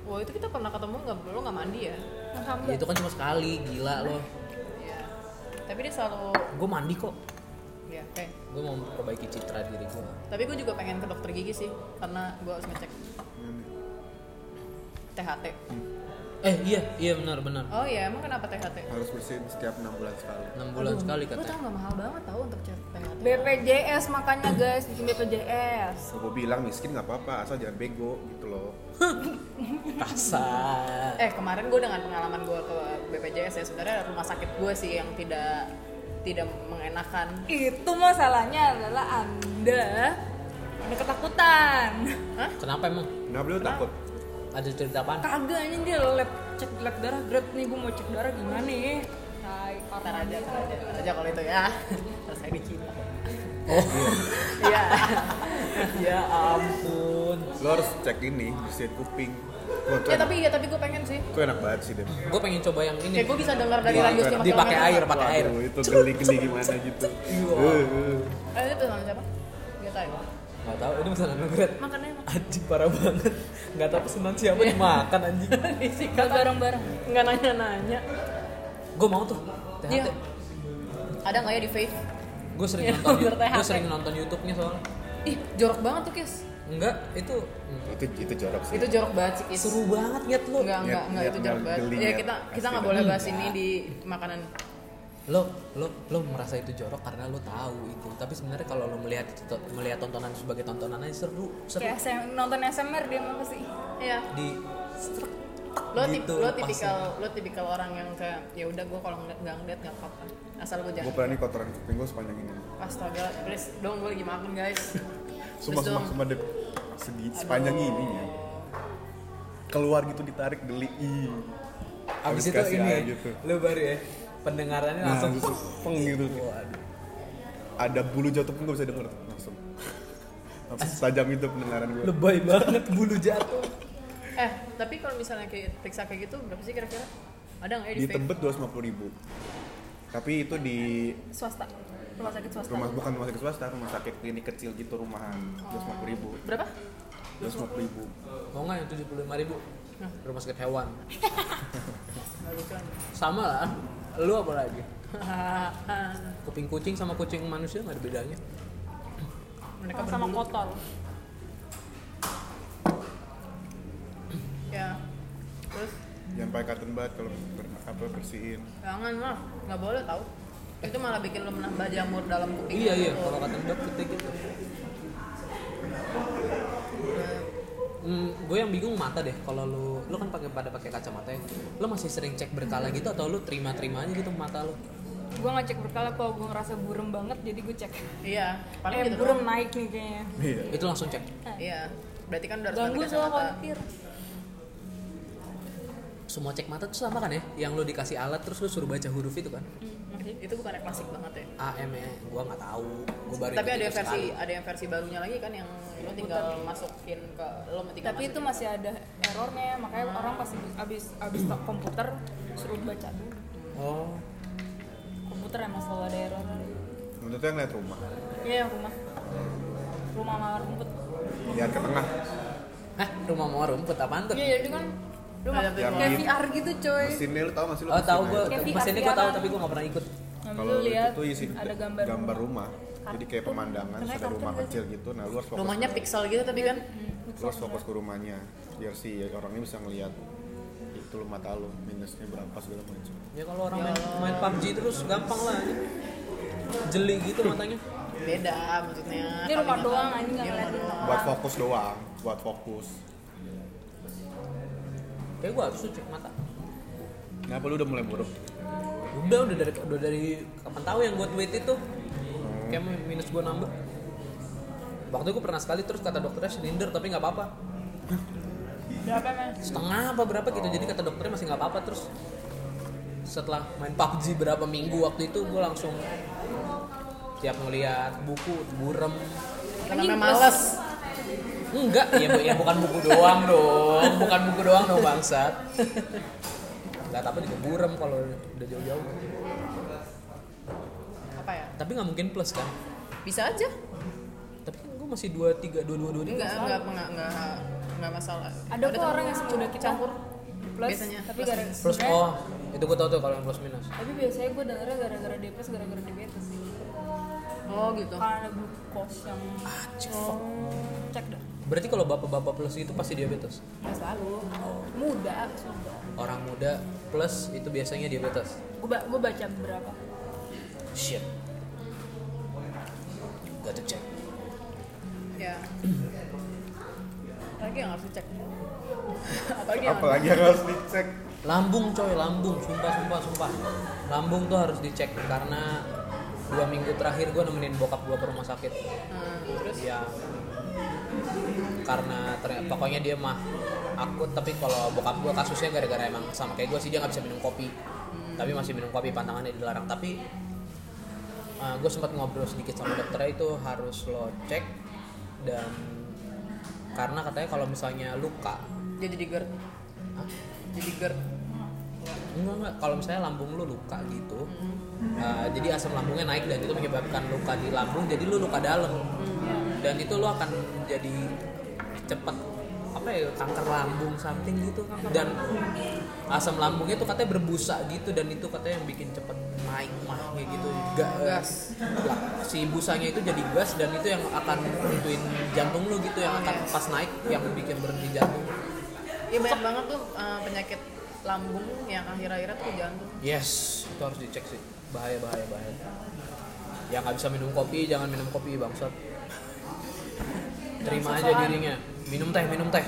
[SPEAKER 1] wow itu kita pernah ketemu nggak lo nggak mandi ya
[SPEAKER 3] Ya, itu kan cuma sekali, gila lo.
[SPEAKER 1] Iya. tapi dia selalu
[SPEAKER 3] Gue mandi kok.
[SPEAKER 1] ya oke
[SPEAKER 3] Gue mau memperbaiki citra diri gue.
[SPEAKER 1] tapi gue juga pengen ke dokter gigi sih karena gue harus ngecek THT
[SPEAKER 3] Eh iya, iya benar benar.
[SPEAKER 1] oh iya emang kenapa THT
[SPEAKER 2] harus bersihin setiap enam bulan sekali
[SPEAKER 3] 6 bulan sekali
[SPEAKER 1] lo
[SPEAKER 3] katanya.
[SPEAKER 1] tau nggak mahal banget tau untuk cek THT
[SPEAKER 4] BPJS makanya guys bikin BPJS
[SPEAKER 2] gue bilang miskin nggak apa-apa asal jangan bego gitu loh
[SPEAKER 3] Kasar.
[SPEAKER 1] Eh kemarin gue dengan pengalaman gue ke BPJS ya sebenarnya rumah sakit gue sih yang tidak tidak mengenakan.
[SPEAKER 4] itu masalahnya adalah anda ada ketakutan
[SPEAKER 3] Kenapa emang?
[SPEAKER 2] nah beliau takut
[SPEAKER 3] Ada cerita apaan?
[SPEAKER 1] Kan.
[SPEAKER 4] kagak anjing dia lab cek lab darah grab nih gue mau cek darah gimana nih tai
[SPEAKER 1] Ntar
[SPEAKER 4] parah
[SPEAKER 1] aja, ntar aja, ntar aja kalau itu ya. Selesai di Cina.
[SPEAKER 3] Oh,
[SPEAKER 1] Iya.
[SPEAKER 3] ya ampun.
[SPEAKER 2] lo harus cek ini bersihin kuping Wah, itu
[SPEAKER 1] ya
[SPEAKER 2] enak-
[SPEAKER 1] tapi ya tapi gue pengen sih.
[SPEAKER 2] itu enak banget sih deh
[SPEAKER 3] Gue pengen coba yang ini.
[SPEAKER 1] Kayak gue bisa dengar dari
[SPEAKER 2] Wah,
[SPEAKER 1] radius 5
[SPEAKER 2] keren.
[SPEAKER 1] km.
[SPEAKER 3] Dipakai air, pakai air.
[SPEAKER 2] Waduh, itu geli-geli gimana gitu Eh, eh.
[SPEAKER 1] Eh itu sama siapa? Gak tau ya.
[SPEAKER 3] Gak tau, ini pesanan nugget.
[SPEAKER 4] makannya makan
[SPEAKER 3] Anjing parah banget. Gak tau pesanan siapa
[SPEAKER 1] Iya.
[SPEAKER 3] dimakan anjing.
[SPEAKER 1] Disikat
[SPEAKER 4] bareng-bareng
[SPEAKER 1] Nggak nanya-nanya.
[SPEAKER 3] Gue mau tuh. THT.
[SPEAKER 1] Iya. Ada nggak ya di Faith?
[SPEAKER 3] Gue sering
[SPEAKER 1] Iya,
[SPEAKER 3] nonton
[SPEAKER 1] bener,
[SPEAKER 3] gue
[SPEAKER 1] THT.
[SPEAKER 3] sering nonton YouTube-nya soalnya.
[SPEAKER 1] Ih jorok banget tuh Kis.
[SPEAKER 3] Enggak, itu
[SPEAKER 2] itu itu jorok sih
[SPEAKER 1] Itu jorok banget sih Kis.
[SPEAKER 3] seru banget nyet lo.
[SPEAKER 1] Enggak, enggak,
[SPEAKER 2] Nyet,
[SPEAKER 1] enggak
[SPEAKER 2] nyet,
[SPEAKER 1] itu jorok
[SPEAKER 2] nyet,
[SPEAKER 1] banget.
[SPEAKER 2] geli,
[SPEAKER 1] Ya
[SPEAKER 2] nyet.
[SPEAKER 1] kita kita nggak
[SPEAKER 3] gitu.
[SPEAKER 2] Asli.
[SPEAKER 1] boleh bahas ini di makanan
[SPEAKER 3] Lo lo lo merasa itu jorok karena lo tahu itu. Tapi sebenarnya kalau lo melihat itu melihat tontonan sebagai tontonan aja seru, seru.
[SPEAKER 4] kayak SM, nonton SMR dia mau sih
[SPEAKER 1] Iya.
[SPEAKER 3] Di
[SPEAKER 1] Lo, tip-
[SPEAKER 3] Gitu,
[SPEAKER 1] lo
[SPEAKER 3] lepasin.
[SPEAKER 1] tipikal lo tipikal orang yang kayak ya udah gue kalau ngeliat nggak ngeliat nggak apa-apa. Asal gue
[SPEAKER 2] gue
[SPEAKER 1] jangan.
[SPEAKER 2] berani kotoran kuping gue sepanjang ini
[SPEAKER 1] Astaga, please dong gue lagi makan guys.
[SPEAKER 2] sumpah
[SPEAKER 1] Please dong.
[SPEAKER 2] sumpah sumpah deh Segi- sepanjang ini ya keluar gitu ditarik geli ih
[SPEAKER 3] abis
[SPEAKER 2] Harus
[SPEAKER 3] itu
[SPEAKER 2] kasih
[SPEAKER 3] ini
[SPEAKER 2] air
[SPEAKER 3] ya,
[SPEAKER 2] gitu.
[SPEAKER 3] lo baru ya pendengarannya
[SPEAKER 2] nah,
[SPEAKER 3] langsung.
[SPEAKER 2] langsung peng gitu
[SPEAKER 3] Waduh.
[SPEAKER 2] ada bulu jatuh pun gue bisa denger langsung langsung tajam itu pendengaran gue
[SPEAKER 3] Lebay banget bulu jatuh.
[SPEAKER 1] Eh tapi kalau misalnya kayak periksa kayak gitu berapa sih kira-kira? Ada nggak ya di,
[SPEAKER 2] di
[SPEAKER 1] vape?
[SPEAKER 2] Tebet dua ribu tapi itu di
[SPEAKER 4] swasta rumah sakit swasta
[SPEAKER 2] rumah bukan rumah sakit swasta rumah sakit klinik kecil gitu rumahan dua ribu
[SPEAKER 1] Berapa?
[SPEAKER 2] dua ribu
[SPEAKER 3] Mau nggak yang tujuh puluh lima ribu?
[SPEAKER 1] Nah.
[SPEAKER 3] Rumah sakit hewan.
[SPEAKER 1] Nggak lucu kan?
[SPEAKER 3] Sama lah. Lu apa lagi? Kuping kucing sama kucing manusia nggak ada bedanya.
[SPEAKER 1] Mereka
[SPEAKER 4] sama
[SPEAKER 1] berbulu.
[SPEAKER 4] kotor
[SPEAKER 1] Ya. Terus
[SPEAKER 2] yang pakai cotton bud kalau ber- apa bersihin
[SPEAKER 1] jangan lah, nggak boleh tau. itu malah bikin lo menambah jamur dalam kuping
[SPEAKER 3] iya
[SPEAKER 1] lo.
[SPEAKER 3] iya kalau kata dokter kayak gitu Hmm, gue yang bingung mata deh kalau lu lu kan pakai pada pakai kacamata ya lu masih sering cek berkala gitu atau lu terima terima aja gitu mata lu
[SPEAKER 4] gue ngecek berkala kalau gue ngerasa burem banget jadi gue cek
[SPEAKER 1] iya paling
[SPEAKER 4] eh
[SPEAKER 1] gitu
[SPEAKER 4] burem
[SPEAKER 1] doang.
[SPEAKER 4] naik nih kayaknya
[SPEAKER 2] Iya.
[SPEAKER 3] itu langsung cek
[SPEAKER 1] iya berarti kan udah harus
[SPEAKER 4] ganggu
[SPEAKER 1] pakai
[SPEAKER 4] soal
[SPEAKER 1] kacamata.
[SPEAKER 4] kontir
[SPEAKER 3] semua cek mata tuh sama kan ya yang lu dikasih alat terus lu suruh baca huruf itu kan
[SPEAKER 1] itu bukan klasik banget ya
[SPEAKER 3] AM ya gue nggak tahu gue baru
[SPEAKER 1] tapi ada
[SPEAKER 3] ikut itu
[SPEAKER 1] yang versi
[SPEAKER 3] sekali.
[SPEAKER 1] ada yang versi barunya lagi kan yang lo tinggal masukin ke lo tinggal
[SPEAKER 4] tapi itu masih ada errornya makanya orang pasti abis abis tak komputer suruh baca dulu
[SPEAKER 3] oh
[SPEAKER 4] komputer emang selalu ada error
[SPEAKER 2] Menurut yang lihat rumah,
[SPEAKER 4] iya rumah rumah mawar rumput
[SPEAKER 2] lihat ke tengah,
[SPEAKER 3] eh rumah mau rumput apaan tuh
[SPEAKER 4] iya jadi kan rumah
[SPEAKER 1] Ada
[SPEAKER 2] yang
[SPEAKER 4] kayak
[SPEAKER 2] di-
[SPEAKER 4] VR gitu coy
[SPEAKER 2] mesinnya lu tau gak sih lu
[SPEAKER 3] oh tahu gue
[SPEAKER 2] mesinnya?
[SPEAKER 4] Kayak
[SPEAKER 3] pas ini gue
[SPEAKER 4] VR-an.
[SPEAKER 3] tahu tapi gue nggak pernah ikut
[SPEAKER 4] Habis
[SPEAKER 2] kalau
[SPEAKER 4] lu
[SPEAKER 2] lihat
[SPEAKER 4] lihat
[SPEAKER 2] itu iya isi
[SPEAKER 4] ada gambar,
[SPEAKER 2] rumah, jadi kayak pemandangan terus ada rumah kecil gitu nah lu harus fokus
[SPEAKER 1] rumahnya pixel gitu tapi kan
[SPEAKER 2] lu harus fokus ke rumahnya biar si orangnya bisa ngelihat itu lu mata lu minusnya berapa segala macam
[SPEAKER 3] ya kalau orang main, main PUBG terus gampang lah jeli gitu matanya
[SPEAKER 1] beda maksudnya
[SPEAKER 4] ini rumah
[SPEAKER 1] Kalinya
[SPEAKER 4] doang
[SPEAKER 1] kan-
[SPEAKER 4] anjing nggak
[SPEAKER 1] Iya,
[SPEAKER 4] ngeliatin
[SPEAKER 1] rumah
[SPEAKER 2] buat fokus doang buat fokus
[SPEAKER 3] kayak gue harus tuh cek mata
[SPEAKER 2] kenapa lu udah mulai buruk
[SPEAKER 3] udah udah dari udah dari kapan tahu yang gue tweet itu kayak minus gue nambah waktu gue pernah sekali terus kata dokternya silinder tapi nggak apa-apa
[SPEAKER 4] berapa men
[SPEAKER 3] setengah apa berapa gitu jadi kata dokternya masih nggak apa-apa terus setelah main PUBG berapa minggu waktu itu gue langsung tiap ngeliat buku burem
[SPEAKER 1] karena memang kan males
[SPEAKER 3] enggak ya, bu- ya bukan buku doang dong bukan buku doang dong bangsat nggak apa juga burem kalau udah jauh-jauh
[SPEAKER 1] apa ya
[SPEAKER 3] tapi nggak mungkin plus kan
[SPEAKER 1] bisa aja
[SPEAKER 3] tapi kan gue masih dua tiga dua dua dua tiga.
[SPEAKER 1] enggak enggak enggak enggak enggak masalah
[SPEAKER 4] ada kok
[SPEAKER 1] temen-
[SPEAKER 4] orang yang semudah kita campur plus
[SPEAKER 1] Biasanya,
[SPEAKER 4] tapi
[SPEAKER 1] plus
[SPEAKER 4] gara
[SPEAKER 1] minus.
[SPEAKER 3] plus
[SPEAKER 4] sebenarnya-
[SPEAKER 3] oh itu gue tau tuh kalau yang plus minus
[SPEAKER 4] tapi biasanya gue dengernya gara-gara depresi gara-gara diabetes sih
[SPEAKER 1] oh gitu
[SPEAKER 4] karena ada glukos yang
[SPEAKER 3] fuck.
[SPEAKER 4] cek dah
[SPEAKER 3] berarti kalau bapak-bapak plus itu pasti diabetes
[SPEAKER 4] nggak selalu muda sudah
[SPEAKER 3] orang muda plus itu biasanya diabetes
[SPEAKER 4] gue ba- gue baca beberapa
[SPEAKER 3] Shit. Got to check.
[SPEAKER 1] ya lagi yang harus dicek apalagi
[SPEAKER 4] Iya.
[SPEAKER 1] yang
[SPEAKER 2] apalagi yang harus dicek
[SPEAKER 3] Lambung coy, lambung. Sumpah, sumpah, sumpah. Lambung tuh harus dicek karena dua minggu terakhir gue nemenin bokap gue ke rumah sakit.
[SPEAKER 1] Hmm, terus
[SPEAKER 3] Ya karena ternyata pokoknya dia mah akut tapi kalau bokap gue kasusnya gara-gara emang sama kayak gue sih dia nggak bisa minum kopi tapi masih minum kopi pantangannya dilarang tapi gue sempat ngobrol sedikit sama dokternya itu harus lo cek dan karena katanya kalau misalnya luka
[SPEAKER 1] jadi di GERD
[SPEAKER 3] Hah?
[SPEAKER 1] jadi GERD
[SPEAKER 3] enggak enggak kalau misalnya lambung lu luka gitu uh, jadi asam lambungnya naik dan itu menyebabkan luka di lambung jadi lu luka dalam dan itu lu akan jadi cepet apa ya kanker lambung something gitu dan asam lambungnya tuh katanya berbusa gitu dan itu katanya yang bikin cepet naik mah kayak gitu Ga-
[SPEAKER 1] Gas.
[SPEAKER 3] Lah, si busanya itu jadi gas dan itu yang akan nentuin jantung lu gitu yang akan pas naik yang bikin berhenti jantung
[SPEAKER 1] Iya banyak banget tuh eh, penyakit lambung yang akhir-akhirnya tuh jantung.
[SPEAKER 3] Yes, itu harus dicek sih. Bahaya, bahaya, bahaya. Yang nggak bisa minum kopi, jangan minum kopi bangsat. Terima aja dirinya. Minum teh, minum teh.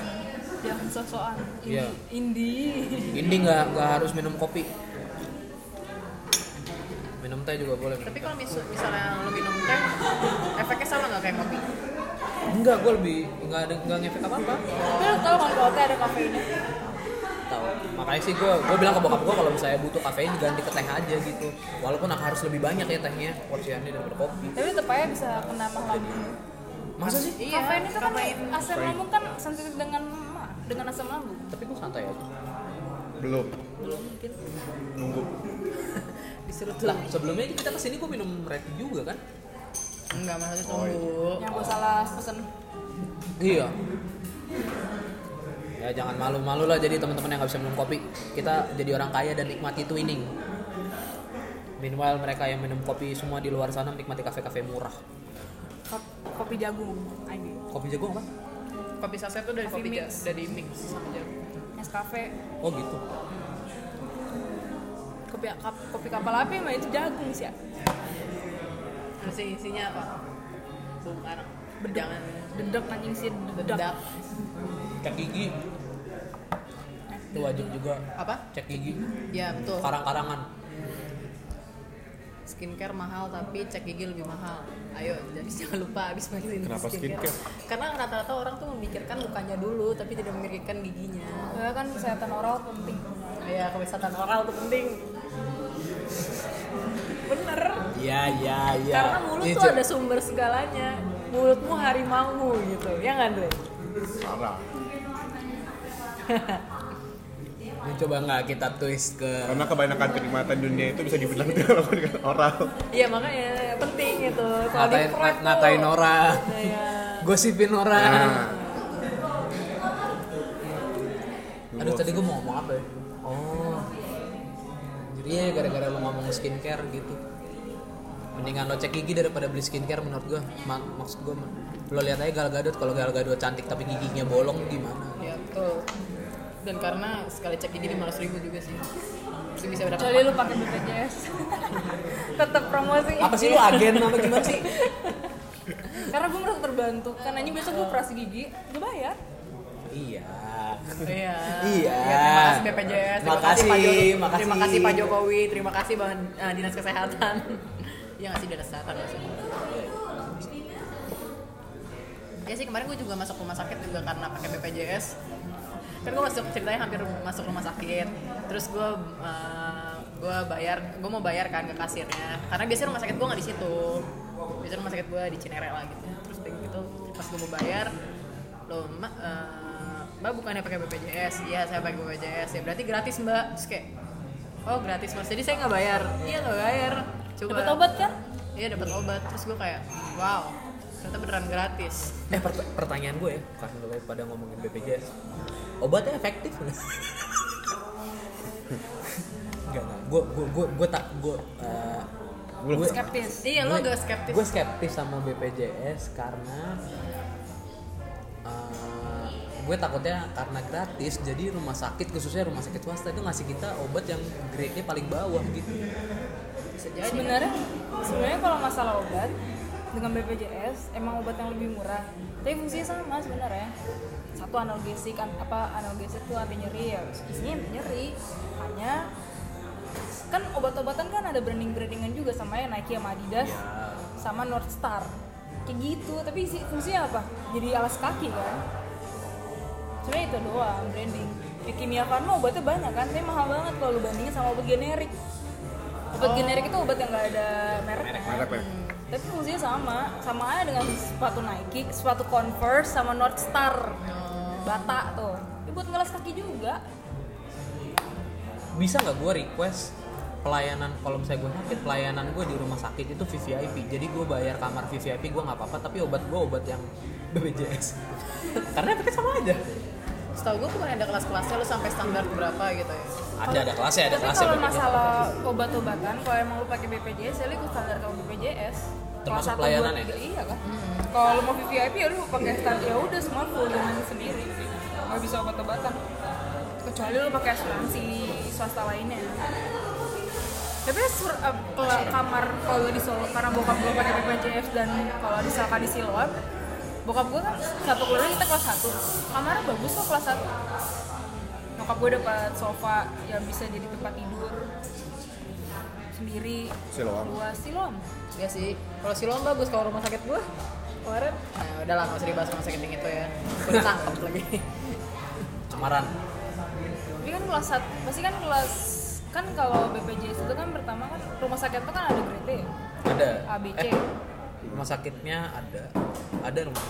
[SPEAKER 4] jangan sosokan Indi-
[SPEAKER 3] Iya.
[SPEAKER 4] indie
[SPEAKER 3] Ini nggak nggak harus minum kopi. Minum teh juga boleh.
[SPEAKER 1] Tapi kalau mis- misalnya lo minum teh, efeknya sama nggak kayak kopi?
[SPEAKER 3] Enggak, gue lebih nggak ada nggak ngefek apa apa.
[SPEAKER 4] tapi lo tau kan kalau teh ada kafeinnya
[SPEAKER 3] Tahu. Makanya sih gue gue bilang ke bokap gue kalau misalnya butuh kafein diganti ke teh aja gitu. Walaupun harus lebih banyak ya tehnya porsiannya daripada kopi.
[SPEAKER 4] tapi tetep aja bisa kena mah lambung
[SPEAKER 3] Masa sih?
[SPEAKER 1] Iya,
[SPEAKER 4] kafein itu kan
[SPEAKER 1] kafein.
[SPEAKER 4] asam lambung kan sensitif dengan ma- dengan asam lambung
[SPEAKER 3] Tapi gue santai aja.
[SPEAKER 2] belum
[SPEAKER 4] belum mungkin
[SPEAKER 2] nunggu
[SPEAKER 1] Disuruh
[SPEAKER 3] Lah, sebelumnya kita kesini gue minum red juga kan?
[SPEAKER 1] Enggak, maksudnya tunggu.
[SPEAKER 4] yang gue salah pesen
[SPEAKER 3] Iya. Ya jangan malu-malu lah jadi teman-teman yang nggak bisa minum kopi. Kita jadi orang kaya dan nikmati twinning. Meanwhile mereka yang minum kopi semua di luar sana menikmati kafe-kafe murah.
[SPEAKER 4] Kop- kopi jagung anjing
[SPEAKER 3] Kopi jagung apa?
[SPEAKER 1] Kopi saset tuh dari
[SPEAKER 4] Kopi
[SPEAKER 1] kopi, ja-
[SPEAKER 4] mix.
[SPEAKER 1] dari mix sama jarum.
[SPEAKER 4] Nescafe
[SPEAKER 3] Oh gitu.
[SPEAKER 4] kopi akap kopi kapal api mah itu jagung sih ya
[SPEAKER 1] Masih isinya apa? Bongkar. Jangan
[SPEAKER 4] dedek anjing sih dedek
[SPEAKER 1] bedak.
[SPEAKER 3] cek gigi itu wajib juga
[SPEAKER 1] Apa?
[SPEAKER 3] cek gigi
[SPEAKER 1] Ya betul.
[SPEAKER 3] karang-karangan
[SPEAKER 1] Skincare mahal tapi cek gigi lebih mahal. Ayo, jadi jangan lupa habis mandi ini
[SPEAKER 2] Kenapa
[SPEAKER 1] Karena rata-rata orang tuh memikirkan mukanya dulu tapi tidak memikirkan giginya.
[SPEAKER 4] Karena kan kesehatan oral penting
[SPEAKER 1] Ya, kewisatan oral tuh penting. Bener.
[SPEAKER 3] iya iya iya
[SPEAKER 1] Karena mulut
[SPEAKER 3] Ini
[SPEAKER 1] tuh
[SPEAKER 3] cek-
[SPEAKER 1] ada sumber segalanya. Mulutmu harimau gitu, ya nggak Andre?
[SPEAKER 2] parah
[SPEAKER 3] ini coba nggak kita twist ke
[SPEAKER 2] karena kebanyakan kenikmatan dunia itu bisa dibilang dilakukan dengan oral
[SPEAKER 1] Iya makanya penting gitu. Kalau
[SPEAKER 3] ngatain
[SPEAKER 1] dikerek tuh.
[SPEAKER 3] ngatain orang
[SPEAKER 1] Iya.
[SPEAKER 3] gosipin orang
[SPEAKER 2] nah
[SPEAKER 3] aduh tadi gue mau ngomong apa ya oh jadi ya gara-gara lo ngomong skincare gitu mendingan lo cek gigi daripada beli skincare menurut gue maksud gue lo lihat aja Gal Gadot kalau Gal Gadot cantik tapi giginya bolong gimana
[SPEAKER 1] Iya betul. Dan karena sekali cek gigi lima ribu juga sih. Itu bisa berapa?
[SPEAKER 4] kecuali lu pakai BPJS tetap promosi
[SPEAKER 3] apa sih lo agen apa gimana sih
[SPEAKER 4] karena gue merasa terbantu kan anjing besok gue operasi gigi gue bayar
[SPEAKER 3] iya
[SPEAKER 1] Iya.
[SPEAKER 3] Iya.
[SPEAKER 1] Ya, terima kasih BPJS. Terima kasih. Pak
[SPEAKER 3] Makasih,
[SPEAKER 1] Jo-
[SPEAKER 3] makasih.
[SPEAKER 1] Terima kasih Pak Jokowi. Terima kasih Bang eh, Dinas Kesehatan. Iya nggak sih Dinas Kesehatan maksudnya. Ya sih kemarin gue juga masuk rumah sakit juga karena pakai BPJS. Kan gue masuk ceritanya hampir masuk rumah sakit. Terus gue eh, gue bayar, gue mau bayar kan ke kasirnya. Karena biasanya rumah sakit gue nggak di situ. Biasanya rumah sakit gue di Cinere lah gitu. Terus begitu pas gue mau bayar, loh mbak, eh, mbak bukannya pakai BPJS? Iya saya pakai BPJS. Ya berarti gratis mbak. Terus kayak, oh gratis mas. Jadi saya nggak bayar. Iya nggak bayar. Coba.
[SPEAKER 4] dapat obat kan
[SPEAKER 1] Iya dapat obat. Terus gue kayak, wow, ternyata beneran gratis.
[SPEAKER 3] eh pert- pertanyaan gue ya karena lo pada ngomongin BPJS obatnya efektif nggak Enggak, enggak. Gue, gue, gue, gue tak, gue, eh,
[SPEAKER 2] Belum
[SPEAKER 3] gue-
[SPEAKER 4] skeptis
[SPEAKER 1] Iya lo agak skeptis.
[SPEAKER 3] Gue skeptis sama BPJS karena uh, gue takutnya karena gratis jadi rumah sakit khususnya rumah sakit swasta itu ngasih kita obat yang grade-nya paling bawah gitu.
[SPEAKER 1] Bisa jadi.
[SPEAKER 4] sebenarnya sebenarnya kalau masalah obat dengan BPJS emang obat yang lebih murah tapi fungsinya sama sebenarnya satu analgesik an- apa analgesik tuh anti nyeri ya isinya anti nyeri hanya kan obat-obatan kan ada branding brandingan juga sama ya Nike sama Adidas sama North Star kayak gitu tapi isi fungsinya apa jadi alas kaki kan sebenarnya itu doang branding di kimia farma obatnya banyak kan tapi mahal banget kalau lu bandingin sama obat generik obat generik itu obat yang nggak ada mereknya
[SPEAKER 2] merek Oh, merek
[SPEAKER 4] tapi fungsinya sama sama aja dengan sepatu Nike sepatu Converse sama North Star bata tuh itu buat ngelas kaki juga
[SPEAKER 3] Bisa nggak gue request pelayanan kalau misalnya gue sakit pelayanan gue di rumah sakit itu VVIP jadi gue bayar kamar VVIP gue nggak apa-apa tapi obat gue obat yang BPJS karena efeknya sama aja
[SPEAKER 1] Setahu gue bukan ada kelas-kelasnya lo sampai standar berapa gitu ya.
[SPEAKER 3] ada ada kelasnya ada
[SPEAKER 4] tapi
[SPEAKER 3] kelasnya
[SPEAKER 4] kalau
[SPEAKER 3] BPJS.
[SPEAKER 4] masalah obat-obatan kalau emang lu pakai BPJS ya lu ikut standar kalau BPJS
[SPEAKER 3] Termasuk
[SPEAKER 4] Kelas satu,
[SPEAKER 3] pelayanan
[SPEAKER 4] dua,
[SPEAKER 3] ya?
[SPEAKER 4] tiga, iya kan kalau lu mau VVIP ya lu pakai standar ya udah semua full dengan sendiri nggak bisa obat-obatan kecuali lu pakai asuransi swasta lainnya tapi sur, eh, pela- kamar kalau di Solo karena bokap gue pakai BPJS dan kalau misalkan di Siloam bokap gue kan satu keluarga kita kelas satu kamarnya bagus kok kelas satu nyokap gue dapat sofa yang bisa jadi tempat tidur sendiri
[SPEAKER 2] Siloam.
[SPEAKER 4] luas siloam
[SPEAKER 1] Iya sih. Kalau Siloam bagus kalau rumah sakit gue kemarin. Nah, udahlah nggak usah dibahas rumah sakit yang itu ya. Gue ditangkap lagi.
[SPEAKER 3] cemaran
[SPEAKER 4] tapi kan kelas satu pasti kan kelas kan kalau BPJS itu kan pertama kan rumah sakit itu kan ada grade ya?
[SPEAKER 3] ada
[SPEAKER 4] ABC.
[SPEAKER 3] Eh, rumah sakitnya ada ada rumah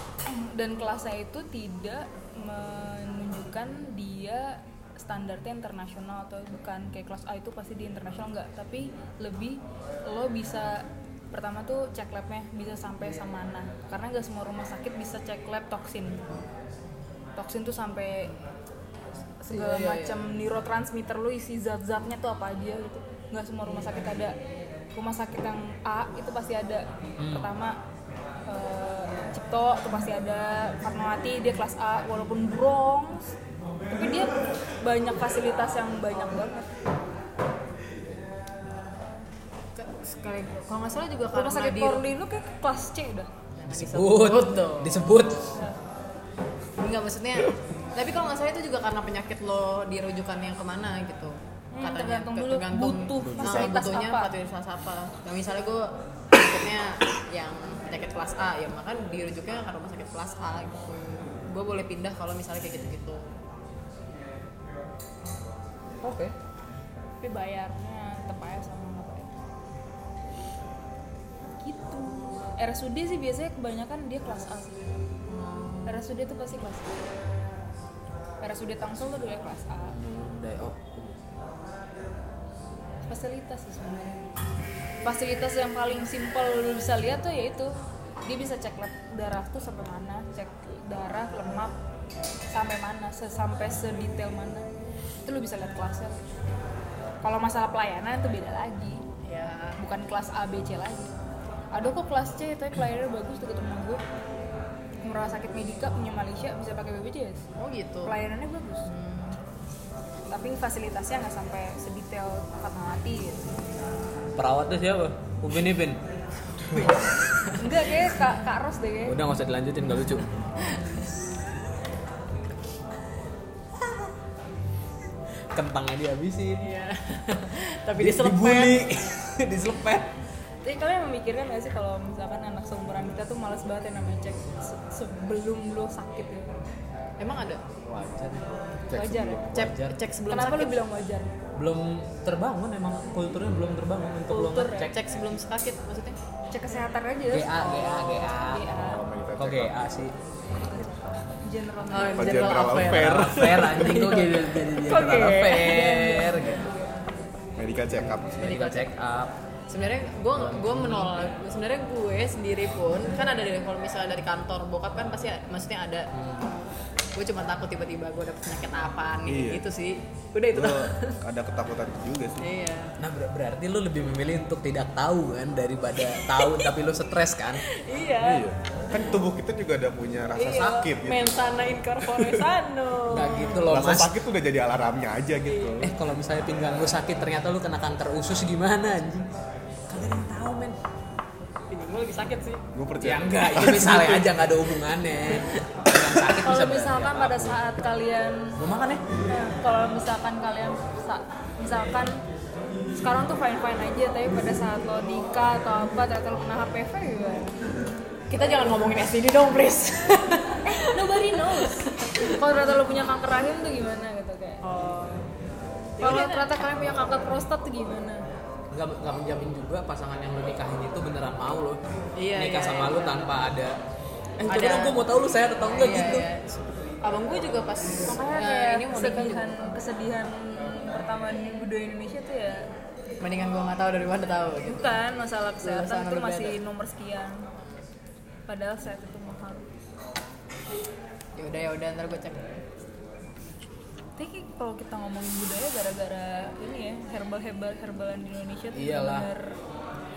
[SPEAKER 4] dan kelasnya itu tidak menunjukkan dia standarnya internasional atau bukan kayak kelas A itu pasti di internasional enggak tapi lebih lo bisa pertama tuh cek labnya bisa sampai samana karena nggak semua rumah sakit bisa cek lab toksin toksin tuh sampai segala
[SPEAKER 1] Iya, iya,
[SPEAKER 4] macam neurotransmitter lo isi zat-zatnya tuh apa aja gitu nggak semua rumah sakit ada rumah sakit yang A itu pasti ada
[SPEAKER 1] Hmm.
[SPEAKER 4] pertama eh, Cipto itu pasti ada Fatmawati dia kelas A walaupun Bronx tapi dia banyak fasilitas yang banyak banget
[SPEAKER 1] sekali kalau nggak salah juga
[SPEAKER 4] rumah
[SPEAKER 1] karena
[SPEAKER 4] sakit
[SPEAKER 1] di
[SPEAKER 4] Polri lu kayak kelas C udah
[SPEAKER 1] Jangan
[SPEAKER 3] disebut
[SPEAKER 1] dong.
[SPEAKER 3] disebut
[SPEAKER 1] Enggak maksudnya. Tapi kalau nggak salah itu juga karena penyakit lo dirujukannya kemana gitu.
[SPEAKER 4] Hmm, tergantung dulu butuh
[SPEAKER 1] nah,
[SPEAKER 4] fasilitas
[SPEAKER 1] butuhnya
[SPEAKER 4] apa.
[SPEAKER 1] fasilitas apa. Nah, misalnya gue penyakitnya yang penyakit kelas A ya makan dirujuknya ke rumah sakit kelas A gitu. Gue boleh pindah kalau misalnya kayak gitu-gitu.
[SPEAKER 3] oke
[SPEAKER 4] tapi bayarnya tetap aja sama nggak bayar gitu RSUD sih biasanya kebanyakan dia kelas A sih RSUD tuh pasti kelas A RSUD Tangsel tuh dua kelas A
[SPEAKER 3] Udah, oh.
[SPEAKER 4] fasilitas sih sebenarnya fasilitas yang paling simpel lu bisa lihat tuh yaitu dia bisa cek lab darah tuh sampai mana cek darah lemak sampai mana se- sampai sedetail mana itu lu bisa lihat kelasnya kalau masalah pelayanan itu beda lagi
[SPEAKER 1] Ya,
[SPEAKER 4] bukan kelas A B C lagi ada kok kelas C tapi pelayanannya bagus tuh ketemu gue rumah sakit medika punya Malaysia bisa pakai BPJS
[SPEAKER 1] oh gitu.
[SPEAKER 4] pelayanannya bagus
[SPEAKER 1] Hmm.
[SPEAKER 4] tapi fasilitasnya nggak sampai sedetail Fatmawati gitu
[SPEAKER 3] perawatnya siapa Ubin Ibin
[SPEAKER 4] Enggak kayak Kak, Kak Ros deh kayaknya.
[SPEAKER 3] udah nggak usah dilanjutin nggak lucu kentangnya dihabisin
[SPEAKER 1] Iya. Tapi
[SPEAKER 3] Di- dibully
[SPEAKER 1] diselepet.
[SPEAKER 3] diselepet
[SPEAKER 4] Jadi kalian memikirkan nggak sih kalau misalkan anak seumuran kita tuh males banget yang namanya cek se- sebelum lo sakit ya?
[SPEAKER 1] Emang ada
[SPEAKER 3] wajar
[SPEAKER 4] Wajar ya?
[SPEAKER 1] cek
[SPEAKER 3] Wajar.
[SPEAKER 1] cek sebelum
[SPEAKER 4] Kenapa
[SPEAKER 1] sakit.
[SPEAKER 4] lo bilang wajar?
[SPEAKER 3] belum terbangun emang kulturnya belum terbangun untuk lo
[SPEAKER 4] Kultur
[SPEAKER 3] ngecek
[SPEAKER 1] cek sebelum sakit maksudnya?
[SPEAKER 4] Cek kesehatan aja
[SPEAKER 3] GA GA GA kok GA sih
[SPEAKER 4] General
[SPEAKER 1] Oh.
[SPEAKER 2] Apa general affair?
[SPEAKER 3] fair anjing kok jadi jadi jadi
[SPEAKER 4] Kok
[SPEAKER 3] terlalu
[SPEAKER 4] GA?
[SPEAKER 3] gitu, fair gitu
[SPEAKER 2] Medical check up.
[SPEAKER 3] medical check up
[SPEAKER 1] sebenarnya gue gue menolak sebenarnya gue sendiri pun kan ada dari kalau misalnya dari kantor bokap kan pasti maksudnya ada
[SPEAKER 3] Hmm.
[SPEAKER 1] gue cuma takut tiba-tiba gue dapet penyakit apa nih
[SPEAKER 2] Iya.
[SPEAKER 1] gitu sih udah itu
[SPEAKER 2] Gue
[SPEAKER 1] tuh
[SPEAKER 2] ada ketakutan juga sih.
[SPEAKER 1] iya
[SPEAKER 3] nah ber- berarti lu lebih memilih untuk tidak tahu kan daripada tahu tapi lu stres kan
[SPEAKER 4] Iya.
[SPEAKER 2] Iya. Kan tubuh kita juga ada punya rasa
[SPEAKER 4] Iya.
[SPEAKER 2] sakit gitu.
[SPEAKER 4] Mensana in corpore sano.
[SPEAKER 3] nggak gitu loh
[SPEAKER 2] Rasa
[SPEAKER 3] mas
[SPEAKER 2] sakit udah jadi alarmnya aja gitu.
[SPEAKER 3] eh kalau misalnya pinggang lu sakit ternyata lu kena kanker usus gimana anjing kalian yang tahu men
[SPEAKER 1] ini gue lagi sakit sih
[SPEAKER 2] Gue percaya.
[SPEAKER 3] ya enggak itu misalnya aja nggak ada hubungannya Pinggang sakit
[SPEAKER 4] Kalau
[SPEAKER 3] bisa
[SPEAKER 4] misalkan pada saat kalian
[SPEAKER 3] mau makan ya
[SPEAKER 4] Nah, kalau misalkan kalian sa- misalkan sekarang tuh fine fine aja tapi pada saat lo nikah atau apa ternyata lo kena HPV juga
[SPEAKER 1] kita jangan ngomongin STD dong please
[SPEAKER 4] nobody knows kalau ternyata lo punya kanker rahim tuh gimana gitu kayak
[SPEAKER 1] oh.
[SPEAKER 3] Ya
[SPEAKER 4] kalau ternyata kalian punya kanker prostat tuh gimana
[SPEAKER 3] nggak nggak menjamin juga pasangan yang lu nikahin itu beneran mau lo
[SPEAKER 1] Iya, iya,
[SPEAKER 3] nikah sama
[SPEAKER 1] iya.
[SPEAKER 3] lu tanpa ada eh
[SPEAKER 1] Ada-
[SPEAKER 3] coba dong gue mau tahu lu sehat atau enggak gitu
[SPEAKER 1] Iya, abang gue juga pas
[SPEAKER 3] Ya,
[SPEAKER 4] makanya
[SPEAKER 1] eh,
[SPEAKER 4] kayak
[SPEAKER 1] ini mau nikah juga
[SPEAKER 4] kesedihan kesedihan pertama di budaya Indonesia tuh ya
[SPEAKER 1] mendingan gue nggak tahu dari mana tahu gitu
[SPEAKER 4] bukan masalah kesehatan
[SPEAKER 1] Lulusan
[SPEAKER 4] itu
[SPEAKER 1] berbeda.
[SPEAKER 4] masih nomor sekian padahal sehat itu mahal
[SPEAKER 1] ya udah ya udah ntar gue cek
[SPEAKER 4] Tapi kayak kalau kita ngomongin budaya gara-gara ini ya herbal herbal herbalan di Indonesia tuh
[SPEAKER 3] Iyalah.
[SPEAKER 4] bener-bener,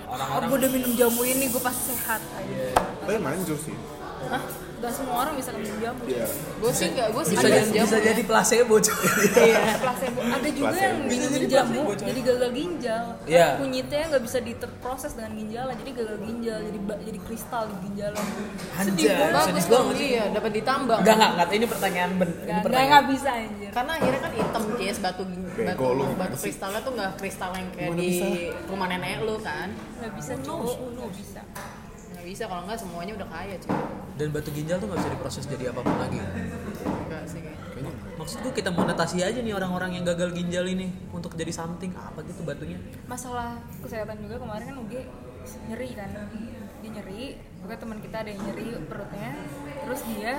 [SPEAKER 4] Oh,
[SPEAKER 3] orang-orang
[SPEAKER 4] gue udah minum jamu ini gue pasti sehat. aja.
[SPEAKER 2] Tapi manjur sih.
[SPEAKER 4] Hah? Gak semua orang bisa minum jamu.
[SPEAKER 2] Iya.
[SPEAKER 1] gue sih nggak gue sih
[SPEAKER 3] bisa
[SPEAKER 1] nggak
[SPEAKER 3] jadi
[SPEAKER 1] jam
[SPEAKER 3] bisa
[SPEAKER 1] ya.
[SPEAKER 3] jadi placebo cuy.
[SPEAKER 1] Iya.
[SPEAKER 4] Placebo. Ada juga yang
[SPEAKER 2] Placebo.
[SPEAKER 4] minum
[SPEAKER 3] Jadi
[SPEAKER 4] jamu
[SPEAKER 3] placebo, coy.
[SPEAKER 4] jadi gagal ginjal.
[SPEAKER 3] Iya.
[SPEAKER 4] Kunyitnya nggak bisa diterproses dengan ginjalnya, jadi gagal ginjal, jadi ba- jadi kristal di ginjalnya. Sedih
[SPEAKER 3] Anjay,
[SPEAKER 4] banget.
[SPEAKER 1] bagus
[SPEAKER 3] Sedih
[SPEAKER 1] dong
[SPEAKER 3] banget sih.
[SPEAKER 1] iya dapat ditambah
[SPEAKER 3] enggak enggak enggak ini pertanyaan ben ini
[SPEAKER 4] Gak, gak,
[SPEAKER 3] pertanyaan
[SPEAKER 4] gak bisa anjir.
[SPEAKER 1] karena akhirnya kan hitam guys batu batu,
[SPEAKER 2] Bego lu gimana
[SPEAKER 1] batu
[SPEAKER 2] sih?
[SPEAKER 1] kristalnya tuh nggak kristal yang kayak
[SPEAKER 2] Gimana
[SPEAKER 1] di
[SPEAKER 2] bisa?
[SPEAKER 1] rumah nenek lu kan
[SPEAKER 4] Gak bisa cowok, gak bisa.
[SPEAKER 1] nggak bisa kalau nggak semuanya udah kaya cuy
[SPEAKER 3] dan batu ginjal tuh nggak bisa diproses jadi apapun lagi
[SPEAKER 1] enggak sih kayaknya.
[SPEAKER 3] maksud gue kita monetasi aja nih orang-orang yang gagal ginjal ini untuk jadi something apa gitu batunya
[SPEAKER 4] masalah kesehatan juga kemarin kan UG nyeri kan dia nyeri pokoknya teman kita ada yang nyeri perutnya terus dia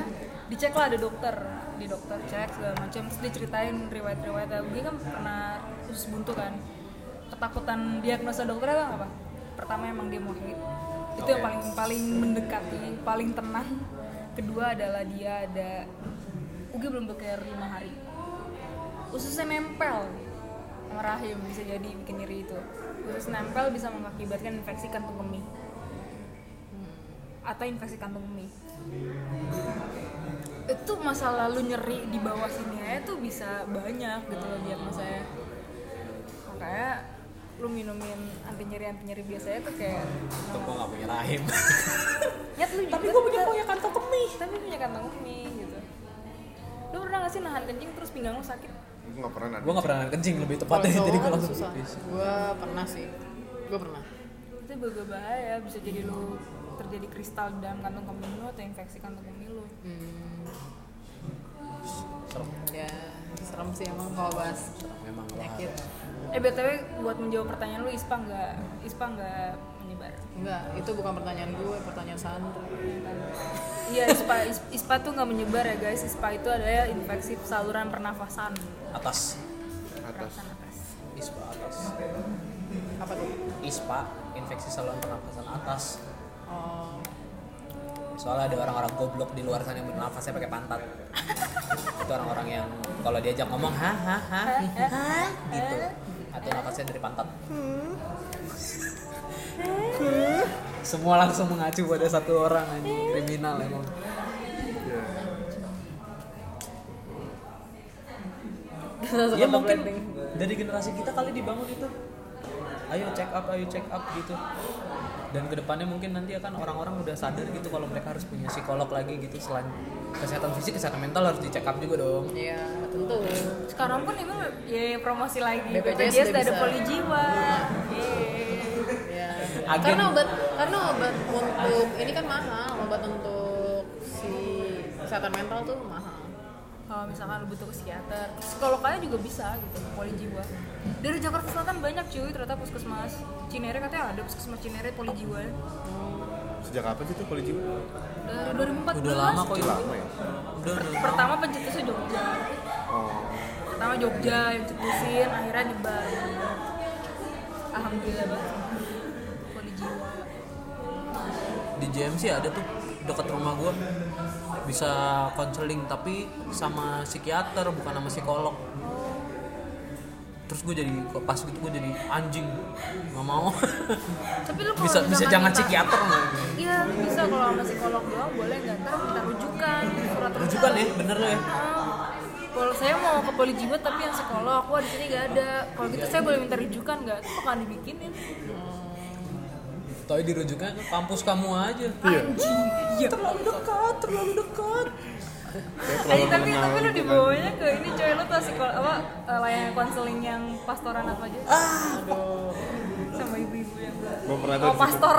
[SPEAKER 4] dicek lah ada dokter di dokter cek segala macam terus dia ceritain riwayat riwayat UG kan pernah usus buntu kan ketakutan diagnosa dokternya kan apa pertama emang dia mohit itu yang paling paling mendekati paling tenang kedua adalah dia ada UG belum bekerja lima hari ususnya nempel sama rahim bisa jadi bikin nyeri itu usus nempel bisa mengakibatkan infeksi kantung kemih atau infeksi kantung kemih itu masalah lu nyeri di bawah sini aja tuh bisa banyak gitu loh diagnosanya ya. makanya lu minumin anti nyeri anti nyeri biasanya tuh kayak
[SPEAKER 3] Untung gue gak punya rahim
[SPEAKER 4] nyet lu
[SPEAKER 3] Tapi
[SPEAKER 4] juga
[SPEAKER 3] gue punya
[SPEAKER 4] tetep-
[SPEAKER 3] punya kantong kemih
[SPEAKER 4] tapi punya kantong kemih gitu lu pernah gak sih nahan kencing terus pinggang lu sakit
[SPEAKER 2] gue nggak pernah
[SPEAKER 3] Gue
[SPEAKER 2] nanti
[SPEAKER 3] gak pernah nahan kencing lebih
[SPEAKER 1] Kalau
[SPEAKER 3] tepatnya Jadi Iya gue
[SPEAKER 1] cowok kan
[SPEAKER 3] langsung
[SPEAKER 1] susah.
[SPEAKER 3] pipis
[SPEAKER 1] Gue pernah sih. Gue pernah.
[SPEAKER 4] itu juga bahaya bisa jadi lu terjadi kristal di dalam kantong kemih lu atau infeksi kantong kemih lu
[SPEAKER 1] Hmm,
[SPEAKER 3] Serem
[SPEAKER 1] ya serem sih emang kalau bahas
[SPEAKER 3] Memang
[SPEAKER 1] penyakit.
[SPEAKER 4] eh btw buat menjawab pertanyaan lu ispa nggak ispa nggak menyebar
[SPEAKER 1] Enggak, itu bukan pertanyaan gue, pertanyaan Sandra.
[SPEAKER 4] iya ispa is- ispa tuh nggak menyebar ya guys ispa itu adalah infeksi saluran pernafasan
[SPEAKER 3] Atas
[SPEAKER 2] atas
[SPEAKER 4] pernafasan atas
[SPEAKER 3] Ispa atas
[SPEAKER 1] Apa tuh?
[SPEAKER 3] Ispa Infeksi saluran pernafasan atas
[SPEAKER 1] Oh,
[SPEAKER 3] Soalnya ada orang-orang goblok di luar sana yang bernafasnya pakai pantat. itu orang-orang yang kalau diajak ngomong hah hah hah hah, hah," gitu. Atau nafasnya dari pantat. Semua langsung mengacu pada satu orang anjing kriminal emang.
[SPEAKER 2] ya
[SPEAKER 3] Ya mungkin dari generasi kita kali dibangun itu. Ayo check up, ayo check up gitu. Dan kedepannya mungkin nanti akan orang-orang udah sadar gitu kalau mereka harus punya psikolog lagi gitu selain kesehatan fisik, kesehatan mental harus di check up juga dong.
[SPEAKER 1] Iya, tentu.
[SPEAKER 4] sekarang pun itu ya promosi lagi
[SPEAKER 1] BPJS
[SPEAKER 4] BPJS,
[SPEAKER 1] udah
[SPEAKER 4] udah ada
[SPEAKER 1] bisa.
[SPEAKER 4] poli jiwa Yeay.
[SPEAKER 1] Ya.
[SPEAKER 3] Agen.
[SPEAKER 1] Karena obat karena obat untuk ini kan mahal, obat untuk si kesehatan mental tuh mahal.
[SPEAKER 4] kalau misalkan lu butuh ke psikiater psikolog aja juga bisa gitu poli jiwa dari Jakarta Selatan banyak cuy ternyata puskesmas Cinere katanya ada puskesmas Cinere poli jiwa
[SPEAKER 2] sejak kapan sih tuh poli jiwa
[SPEAKER 4] dari 2014
[SPEAKER 3] Udah lama kok itu.
[SPEAKER 2] lama ya
[SPEAKER 3] Udah, udah lama.
[SPEAKER 4] pertama pencetusnya Jogja
[SPEAKER 2] oh
[SPEAKER 4] pertama Jogja yang cetusin akhirnya di Bali alhamdulillah banget poli jiwa
[SPEAKER 3] di JMC ada tuh dekat rumah gua bisa konseling tapi sama psikiater bukan sama psikolog terus gue jadi pas gitu gue jadi anjing nggak mau
[SPEAKER 4] tapi lu kalau
[SPEAKER 3] bisa bisa jangan
[SPEAKER 4] minta-
[SPEAKER 3] psikiater nggak
[SPEAKER 4] iya lu bisa kalau sama psikolog doang boleh nggak ntar minta rujukan surat
[SPEAKER 3] rujukan ya bener lo ya
[SPEAKER 4] Kalau saya mau ke poli jiwa tapi yang psikolog, wah di sini nggak ada. Kalau gitu saya boleh minta rujukan nggak? Itu akan dibikinin.
[SPEAKER 3] tapi dirujuknya ke kampus kamu aja
[SPEAKER 4] Iya.
[SPEAKER 3] terlalu dekat terlalu dekat
[SPEAKER 4] Eh, tapi tapi
[SPEAKER 2] gitu.
[SPEAKER 4] lu dibawanya ke ini coy lu tuh psikolog apa eh, layanan konseling yang pastoran apa aja? Sama ibu-ibu yang
[SPEAKER 2] gue pernah tuh
[SPEAKER 4] Oh pastor.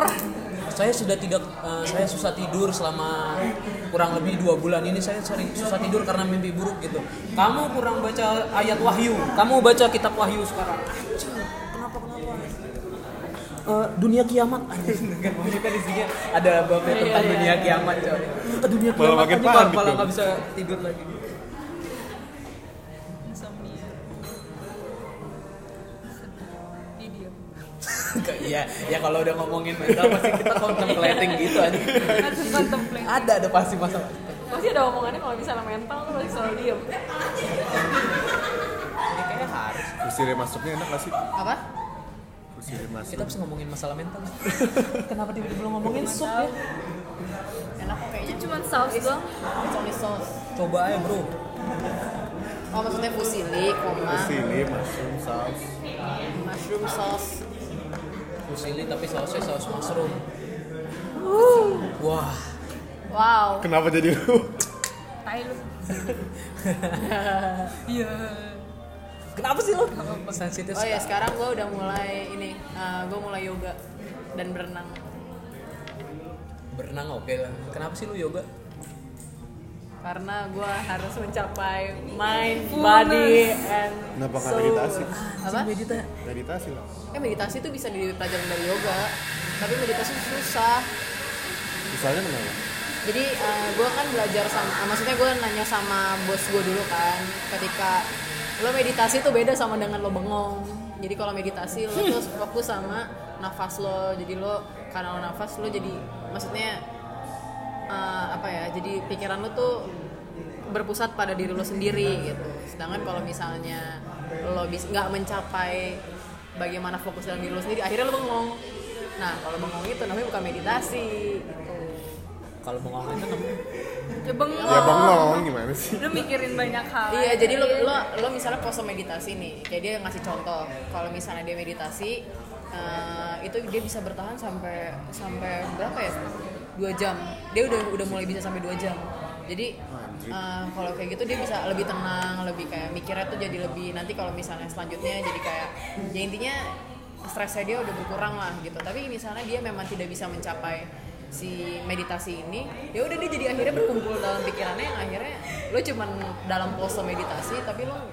[SPEAKER 3] saya sudah tidak eh, saya susah tidur selama kurang lebih dua bulan ini saya sering susah tidur karena mimpi buruk gitu kamu kurang baca ayat wahyu kamu baca kitab wahyu sekarang Anjing, kenapa kenapa Eh, dunia kiamat anjing kan maksudnya di sini ada babnya tentang dunia kiamat coy Eh, dunia
[SPEAKER 2] Malah
[SPEAKER 3] kiamat
[SPEAKER 2] makin
[SPEAKER 3] anjing,
[SPEAKER 2] panik
[SPEAKER 3] malah
[SPEAKER 2] dong.
[SPEAKER 3] nggak bisa tidur lagi
[SPEAKER 4] Insomnia. Sedih. Diam.
[SPEAKER 3] Kayak, Iya, ya kalau udah ngomongin mental pasti kita contemplating gitu aja.
[SPEAKER 4] Langsung kontemplasi.
[SPEAKER 3] Ada ada pasti masalah.
[SPEAKER 4] Pasti ada omongannya kalau misalnya mental lu pasti selalu diem.
[SPEAKER 3] Ini kayaknya harus.
[SPEAKER 2] usia masuknya enak gak sih
[SPEAKER 1] Apa?
[SPEAKER 2] usia masuk
[SPEAKER 3] Kita bisa ngomongin masalah mental. Kenapa tiba-tiba lu ngomongin sup ya?
[SPEAKER 1] Enak kok kayaknya.
[SPEAKER 4] Cuman saus doang.
[SPEAKER 1] It's only sauce.
[SPEAKER 3] Coba aja bro.
[SPEAKER 1] Oh, maksudnya fusilli, koma,
[SPEAKER 2] Sili, mushroom, saus
[SPEAKER 1] mushroom sauce.
[SPEAKER 3] Fusilli tapi sausnya saus mushroom. Uh. Wah.
[SPEAKER 1] Wow.
[SPEAKER 2] Kenapa jadi lu?
[SPEAKER 4] Tai lu. Iya.
[SPEAKER 3] Kenapa sih lu? iya. Sensitif.
[SPEAKER 1] Oh ya sekarang gue udah mulai ini, gue mulai yoga dan berenang.
[SPEAKER 3] Berenang oke lah. Kenapa sih lu yoga?
[SPEAKER 1] Karena gue harus mencapai mind, body, and
[SPEAKER 2] Kenapa nggak
[SPEAKER 1] soul.
[SPEAKER 2] meditasi?
[SPEAKER 1] Apa?
[SPEAKER 3] Medita.
[SPEAKER 2] Meditasi lah
[SPEAKER 1] Eh meditasi tuh bisa dipelajarin dari yoga, tapi meditasi susah.
[SPEAKER 2] Misalnya kenapa?
[SPEAKER 1] Jadi gue kan belajar sama, eh, maksudnya gue nanya sama bos gue dulu kan, ketika lo meditasi tuh beda sama dengan lo bengong. Jadi kalau meditasi lo tuh fokus sama nafas lo, jadi lo karena lo nafas lo jadi maksudnya eh, apa ya? Jadi pikiran lo tuh berpusat pada diri lo sendiri gitu. Sedangkan kalau misalnya lo bisa nggak mencapai bagaimana fokus dalam diri lo sendiri, akhirnya lo bengong. Nah kalau bengong itu namanya bukan meditasi. Gitu.
[SPEAKER 3] kalau kan bengong itu tem-
[SPEAKER 4] ya bengong
[SPEAKER 2] ya bengong gimana sih
[SPEAKER 4] lu mikirin banyak hal
[SPEAKER 1] Iya, jadi lo, lo, lo misalnya pose meditasi nih, kayak dia ngasih contoh. Kalau misalnya dia meditasi, eh, itu dia bisa bertahan sampai sampai berapa ya? Dua jam. Dia udah udah mulai bisa sampai dua jam. Jadi eh, kalau kayak gitu dia bisa lebih tenang, lebih kayak mikirnya tuh jadi lebih nanti kalau misalnya selanjutnya jadi kayak ya intinya stresnya dia udah berkurang lah gitu. Tapi misalnya dia memang tidak bisa mencapai si meditasi ini ya udah dia jadi akhirnya berkumpul dalam pikirannya yang akhirnya lo cuman dalam pose meditasi tapi lo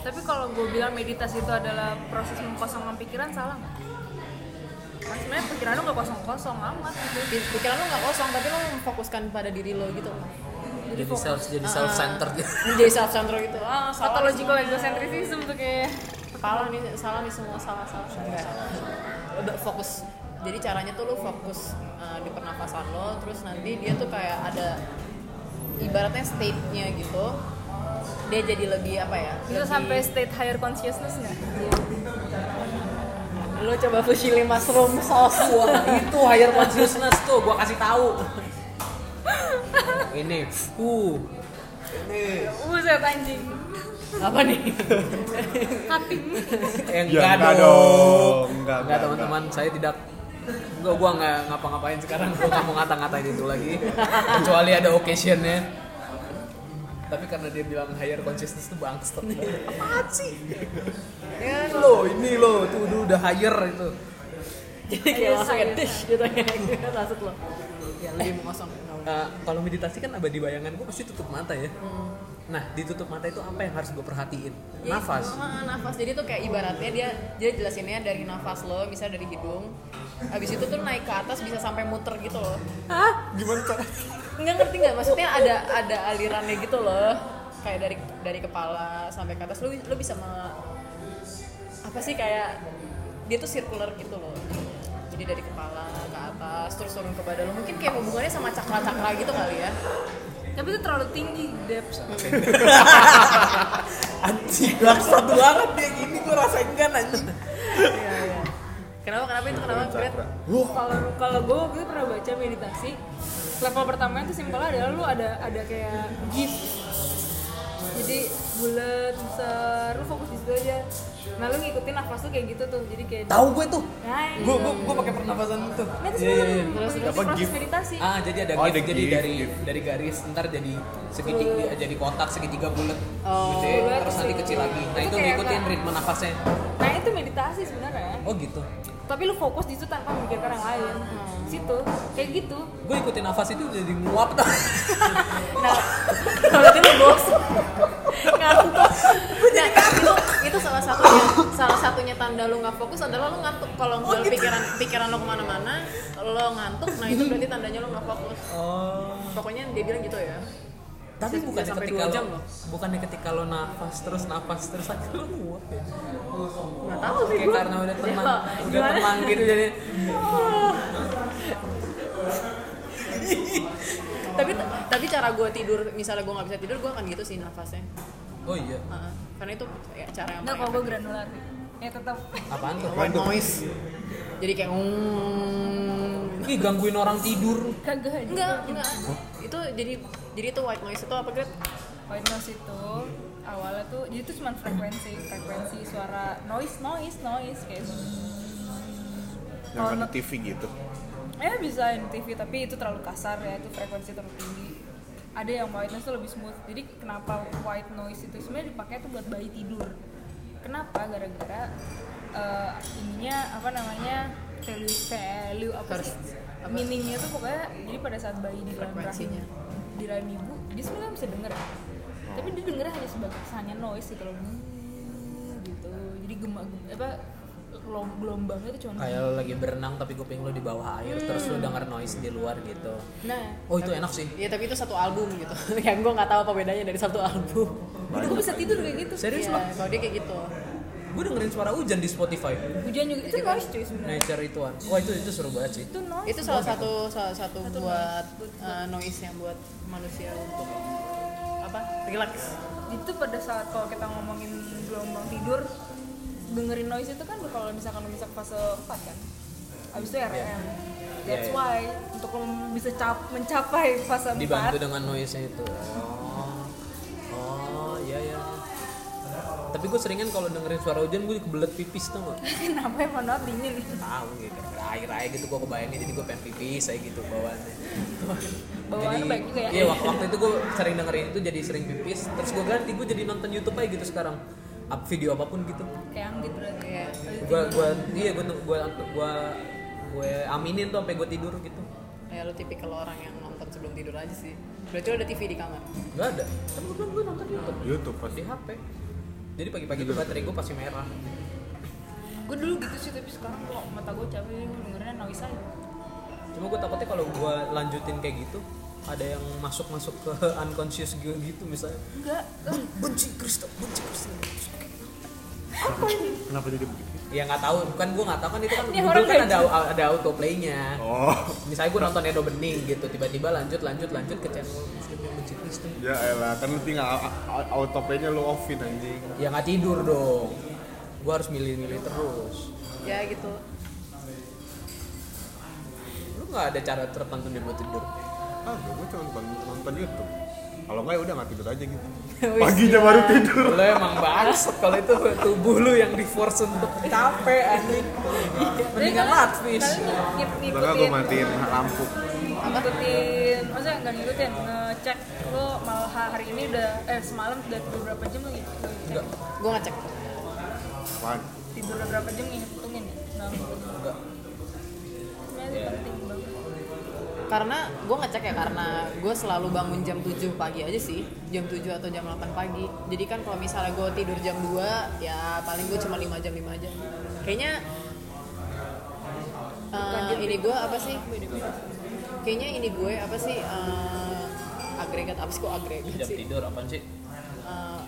[SPEAKER 4] tapi kalau gue bilang meditasi itu adalah proses mengkosongkan pikiran salah nggak kan sebenarnya pikiran lu nggak kosong kosong amat gitu
[SPEAKER 1] pi- pikiran lo nggak kosong tapi lo memfokuskan pada diri lo gitu loh.
[SPEAKER 4] jadi
[SPEAKER 3] jadi
[SPEAKER 4] fokus
[SPEAKER 3] self jadi self centered
[SPEAKER 1] menjadi self center gitu ah
[SPEAKER 4] atau
[SPEAKER 1] salah
[SPEAKER 4] logical egocentrism tuh kayak
[SPEAKER 1] salah nih salah nih semua salah salah enggak Udah fokus jadi caranya tuh lo fokus uh, di pernapasan lo terus nanti dia tuh kayak ada ibaratnya state-nya gitu dia jadi lebih apa ya
[SPEAKER 4] bisa
[SPEAKER 1] lebih-
[SPEAKER 4] sampai state higher consciousness nggak
[SPEAKER 1] lo coba fusilli mushroom sauce
[SPEAKER 3] wah itu higher consciousness tuh gua kasih tahu ini uh
[SPEAKER 4] Buset anjing
[SPEAKER 1] apa nih
[SPEAKER 4] Cutting
[SPEAKER 3] Eh,
[SPEAKER 2] Ya,
[SPEAKER 3] enggak,
[SPEAKER 2] enggak dong.
[SPEAKER 3] dong.
[SPEAKER 2] Enggak,
[SPEAKER 3] Enggak,
[SPEAKER 2] enggak,
[SPEAKER 3] teman-teman, saya tidak Enggak, gua enggak ngapa-ngapain sekarang. Gua enggak mau ngata-ngatain itu lagi. Kecuali ada occasionnya. Tapi karena dia bilang higher consciousness itu bangsat. Apaan sih? Ya lo, ini lo, tuh udah, udah higher itu.
[SPEAKER 1] jadi kayak langsung kayak dish gitu kayak langsung lo ya lebih mau kosong
[SPEAKER 3] Eh, kalau meditasi kan abadi bayangan gua pasti tutup mata ya. Nah, ditutup mata itu apa yang harus gue perhatiin?
[SPEAKER 1] Ya,
[SPEAKER 3] Nafas.
[SPEAKER 1] ah, nafas jadi tuh kayak ibaratnya dia dia jelasinnya dari nafas lo misalnya dari hidung habis itu tuh naik ke atas bisa sampai muter gitu loh
[SPEAKER 2] gimana cara
[SPEAKER 1] nggak ngerti nggak maksudnya ada ada alirannya gitu loh kayak dari dari kepala sampai ke atas lo lo bisa me- apa sih kayak dia tuh circular gitu loh jadi dari kepala ke atas terus turun ke badan lo mungkin kayak hubungannya sama cakra-cakra gitu kali ya
[SPEAKER 4] Tapi itu terlalu tinggi depth
[SPEAKER 3] Anjing, bangsat banget dia gini gue rasain kan anjing.
[SPEAKER 1] Kenapa kenapa itu kenapa Gret?
[SPEAKER 4] Kalau kalau gue waktu itu pernah baca meditasi Level pertama itu simpelnya adalah lu ada ada kayak gift Jadi bulat, besar, lu fokus di situ aja Nah lu ngikutin nafas tuh kayak gitu tuh Jadi kayak
[SPEAKER 3] Tahu gue tuh.
[SPEAKER 4] Nah, iya.
[SPEAKER 3] Gue gue gue pakai pernapasan itu.
[SPEAKER 4] Nah, itu
[SPEAKER 3] Iya, iya,
[SPEAKER 4] sebenarnya
[SPEAKER 3] iya.
[SPEAKER 4] proses
[SPEAKER 2] Apa,
[SPEAKER 4] proses
[SPEAKER 2] gift?
[SPEAKER 4] meditasi
[SPEAKER 3] Ah, jadi ada
[SPEAKER 2] Oh,
[SPEAKER 3] gift,
[SPEAKER 2] ada
[SPEAKER 3] jadi
[SPEAKER 2] gift,
[SPEAKER 3] dari
[SPEAKER 2] gift.
[SPEAKER 3] dari garis ntar jadi segitiga jadi kotak segitiga bulat
[SPEAKER 1] Oh,
[SPEAKER 3] gitu ya,
[SPEAKER 4] bulat,
[SPEAKER 3] terus nanti
[SPEAKER 4] segitiga.
[SPEAKER 3] kecil lagi. Nah,
[SPEAKER 4] Itu
[SPEAKER 3] itu
[SPEAKER 4] kayak
[SPEAKER 3] ngikutin
[SPEAKER 4] apa?
[SPEAKER 3] ritme nafasnya.
[SPEAKER 4] Nah itu meditasi sebenarnya
[SPEAKER 3] Oh, gitu.
[SPEAKER 4] Tapi lu fokus di situ tanpa memikirkan yang lain
[SPEAKER 3] Hmm.
[SPEAKER 4] Situ, kayak gitu
[SPEAKER 3] Gue ikutin nafas itu jadi nguap tuh.
[SPEAKER 1] Nah, berarti lo bos. Ngantuk. Nah, itu itu salah satunya salah satunya tanda lo nggak fokus adalah lo ngantuk. Kalau
[SPEAKER 3] Oh,
[SPEAKER 1] misalnya
[SPEAKER 3] gitu.
[SPEAKER 1] pikiran pikiran lo kemana-mana, lo ngantuk. Nah itu berarti tandanya lo nggak fokus.
[SPEAKER 3] Oh.
[SPEAKER 1] Pokoknya dia bilang gitu ya.
[SPEAKER 3] Tapi
[SPEAKER 1] Bisa-
[SPEAKER 3] bukan
[SPEAKER 1] bisa sampai
[SPEAKER 3] ketika
[SPEAKER 1] dua jam
[SPEAKER 3] lo,
[SPEAKER 1] loh.
[SPEAKER 3] bukannya ketika lo nafas terus nafas terus akhirnya lo nguap ya.
[SPEAKER 1] Nggak tahu sih
[SPEAKER 3] Oh, Kayak
[SPEAKER 1] gue.
[SPEAKER 3] karena udah tenang,
[SPEAKER 1] Ya,
[SPEAKER 3] udah
[SPEAKER 1] gimana?
[SPEAKER 3] tenang gitu jadi.
[SPEAKER 1] Tapi tapi cara gue tidur, misalnya gue nggak bisa tidur, gue akan gitu sih nafasnya.
[SPEAKER 3] Oh iya.
[SPEAKER 1] Heeh. Karena itu ya, cara yang
[SPEAKER 4] Enggak
[SPEAKER 1] paling
[SPEAKER 4] kalau gue granular Ya tetap
[SPEAKER 3] Apaan tuh?
[SPEAKER 1] White noise. Jadi kayak "Mm."
[SPEAKER 3] Ih, gangguin orang tidur.
[SPEAKER 4] Kagak aja
[SPEAKER 1] Enggak, enggak. Itu jadi jadi itu white noise itu apa Gret?
[SPEAKER 4] White noise itu awalnya tuh jadi itu cuma frekuensi frekuensi suara noise noise noise kayak gitu.
[SPEAKER 2] yang
[SPEAKER 4] Kalau
[SPEAKER 2] ada
[SPEAKER 4] not-
[SPEAKER 2] TV gitu
[SPEAKER 4] eh bisa yang di TV tapi itu terlalu kasar ya itu frekuensi terlalu tinggi ada yang white noise tuh lebih smooth jadi kenapa white noise itu sebenarnya dipakai tuh buat bayi tidur kenapa gara-gara eh, ininya apa namanya value value apa
[SPEAKER 1] Harus-
[SPEAKER 4] sih
[SPEAKER 1] apa?
[SPEAKER 4] meaningnya tuh pokoknya jadi pada saat bayi di dalam
[SPEAKER 1] Frekuensinya.
[SPEAKER 4] rahim di rahim ibu dia sebenarnya bisa denger tapi dia dengernya hanya sebagai hanya noise gitu loh gitu jadi gemak apa gelom- gelombangnya tuh cuma
[SPEAKER 3] Kayak lo lagi berenang tapi kuping lo di bawah air terus lo denger noise di luar gitu.
[SPEAKER 1] Nah,
[SPEAKER 3] Oh, itu enak sih.
[SPEAKER 1] Iya, tapi itu satu album gitu. yang gue nggak tahu apa bedanya dari satu album.
[SPEAKER 4] udah gue bisa tidur kayak gitu
[SPEAKER 3] Serius
[SPEAKER 1] Iya,
[SPEAKER 3] lo?
[SPEAKER 1] kalau dia kayak gitu.
[SPEAKER 3] Gue dengerin suara hujan di Spotify.
[SPEAKER 4] hujan juga itu noise cuy sebenarnya
[SPEAKER 3] Nature itu an. Wah itu itu seru banget sih.
[SPEAKER 4] itu noise
[SPEAKER 1] Itu salah satu salah satu buat uh, noise yang buat manusia untuk apa? Relax.
[SPEAKER 4] itu pada saat kalau kita ngomongin gelombang tidur dengerin noise itu kan kalau misalkan lo misalkan fase 4 kan habis itu RM.
[SPEAKER 3] Iya. Iya, iya.
[SPEAKER 4] That's why untuk lo bisa cap- mencapai fase 4
[SPEAKER 3] dibantu dengan noise nya itu oh oh iya iya tapi gue seringan kalau dengerin suara hujan gue kebelet pipis tuh nggak
[SPEAKER 4] kenapa ya mohon maaf dingin
[SPEAKER 3] tahu gitu Ada air air gitu gue kebayangin jadi gue pengen pipis saya gitu bawaannya
[SPEAKER 4] Bawaannya
[SPEAKER 3] Jadi-
[SPEAKER 4] baik juga ya.
[SPEAKER 3] iya waktu, waktu itu gue sering dengerin itu jadi sering pipis terus gue ganti gue jadi nonton YouTube aja gitu sekarang up video apapun gitu
[SPEAKER 4] kayak anggit berarti ya.
[SPEAKER 1] Iya.
[SPEAKER 3] gue gue iya gue gue gue gue aminin tuh sampai gue tidur gitu
[SPEAKER 1] ya lu tipikal orang yang nonton sebelum tidur aja sih berarti lu ada TV di kamar
[SPEAKER 3] nggak ada kan gue gue nonton YouTube
[SPEAKER 2] YouTube
[SPEAKER 3] di
[SPEAKER 2] pasti
[SPEAKER 3] HP jadi pagi-pagi tuh baterai gue pasti merah
[SPEAKER 4] gue dulu gitu sih tapi sekarang kok mata gue capek jadi gue dengerin noise aja
[SPEAKER 3] cuma gue takutnya kalau gue lanjutin kayak gitu ada yang masuk masuk ke unconscious gue gitu misalnya
[SPEAKER 4] enggak
[SPEAKER 3] benci Kristen benci Kristen
[SPEAKER 2] kenapa jadi begitu
[SPEAKER 3] ya nggak tahu kan gue nggak tahu kan itu kan
[SPEAKER 4] Ini
[SPEAKER 3] Google
[SPEAKER 4] orang
[SPEAKER 3] kan
[SPEAKER 4] kayak gitu.
[SPEAKER 3] ada ada autoplaynya
[SPEAKER 2] oh
[SPEAKER 3] misalnya gue nonton Edo Bening gitu tiba-tiba lanjut lanjut lanjut ke channel Kristen yang benci Kristen
[SPEAKER 2] ya elah kan lu tinggal autopaynya lu offin anjing
[SPEAKER 3] ya nggak tidur dong gue harus milih-milih terus
[SPEAKER 1] ya gitu
[SPEAKER 3] lu nggak ada cara tertentu nih buat tidur
[SPEAKER 2] ah gue cuma nonton, nonton YouTube kalau nggak ya udah nggak tidur aja gitu
[SPEAKER 1] Wis,
[SPEAKER 2] paginya baru tidur
[SPEAKER 3] Lo emang bangset kalau itu tubuh lu yang di force untuk capek anjing. Mendingan latvish.
[SPEAKER 4] Iya. kan kalian
[SPEAKER 2] Bahkan
[SPEAKER 4] ngip-
[SPEAKER 2] gue
[SPEAKER 4] ngikutin
[SPEAKER 2] matiin lampu
[SPEAKER 4] ngikutin maksudnya nggak ngikutin ngecek lo malah hari ini udah eh semalam udah tidur berapa jam lo gitu
[SPEAKER 3] Enggak,
[SPEAKER 1] gue ngecek
[SPEAKER 2] Wan,
[SPEAKER 4] tidur udah berapa jam ngitungin ya nah ngikutin.
[SPEAKER 3] enggak.
[SPEAKER 4] Sebenarnya itu penting banget
[SPEAKER 1] karena gue ngecek ya karena gue selalu bangun jam 7 pagi aja sih jam 7 atau jam 8 pagi jadi kan kalau misalnya gue tidur jam 2 ya paling gue cuma 5 jam 5 jam kayaknya eh, ini gue apa sih kayaknya ini gue apa sih eh, agregat apa sih kok agregat
[SPEAKER 3] Jam
[SPEAKER 1] sih
[SPEAKER 3] tidur apa sih?
[SPEAKER 1] Eh,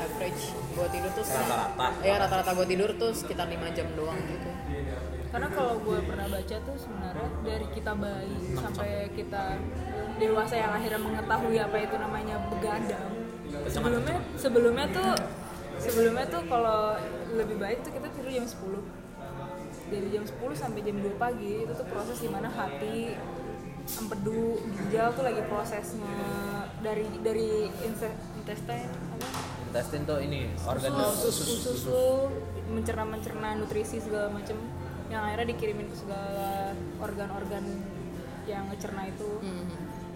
[SPEAKER 1] average gue tidur tuh sekitar-
[SPEAKER 3] Rata-rata.
[SPEAKER 1] ya rata-rata gue tidur tuh sekitar 5 jam doang gitu
[SPEAKER 4] karena kalau gue pernah baca tuh sebenarnya dari kita bayi sampai kita dewasa yang akhirnya mengetahui apa itu namanya begadang sebelumnya sebelumnya tuh sebelumnya tuh kalau lebih baik tuh kita tidur jam 10 dari jam 10 sampai jam 2 pagi itu tuh proses dimana hati empedu ginjal tuh lagi proses nge- dari dari inse- intestine apa?
[SPEAKER 3] Intestin tuh ini organ dalam.
[SPEAKER 4] susu susu mencerna mencerna nutrisi segala macem yang akhirnya dikirimin ke segala organ-organ yang ngecerna itu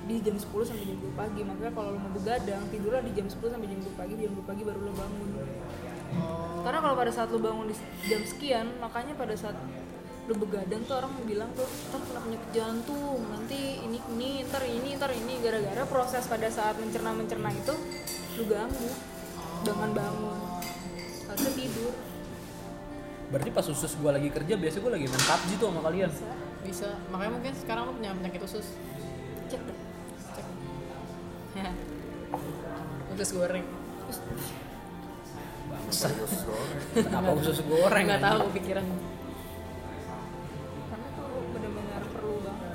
[SPEAKER 4] di jam 10 sampai jam 2 pagi makanya kalau lo mau begadang tidurlah di jam 10 sampai jam 2 pagi jam 2 pagi baru lo bangun karena kalau pada saat lo bangun di jam sekian makanya pada saat lo begadang tuh orang bilang tuh ntar kena penyakit jantung nanti ini ini ntar ini ntar ini gara-gara proses pada saat mencerna mencerna itu lo ganggu dengan bangun harusnya tidur
[SPEAKER 3] Berarti pas usus gua lagi kerja biasa gua lagi main PUBG tuh sama kalian.
[SPEAKER 1] bisa makanya mungkin sekarang lu punya penyakit usus
[SPEAKER 4] cek deh
[SPEAKER 1] Cek. usus goreng
[SPEAKER 3] Bangsat.
[SPEAKER 2] terus doang.
[SPEAKER 3] Kenapa usus goreng?
[SPEAKER 1] nggak
[SPEAKER 3] anjing?
[SPEAKER 1] tahu pikiran
[SPEAKER 4] karena tuh lu bener-bener perlu banget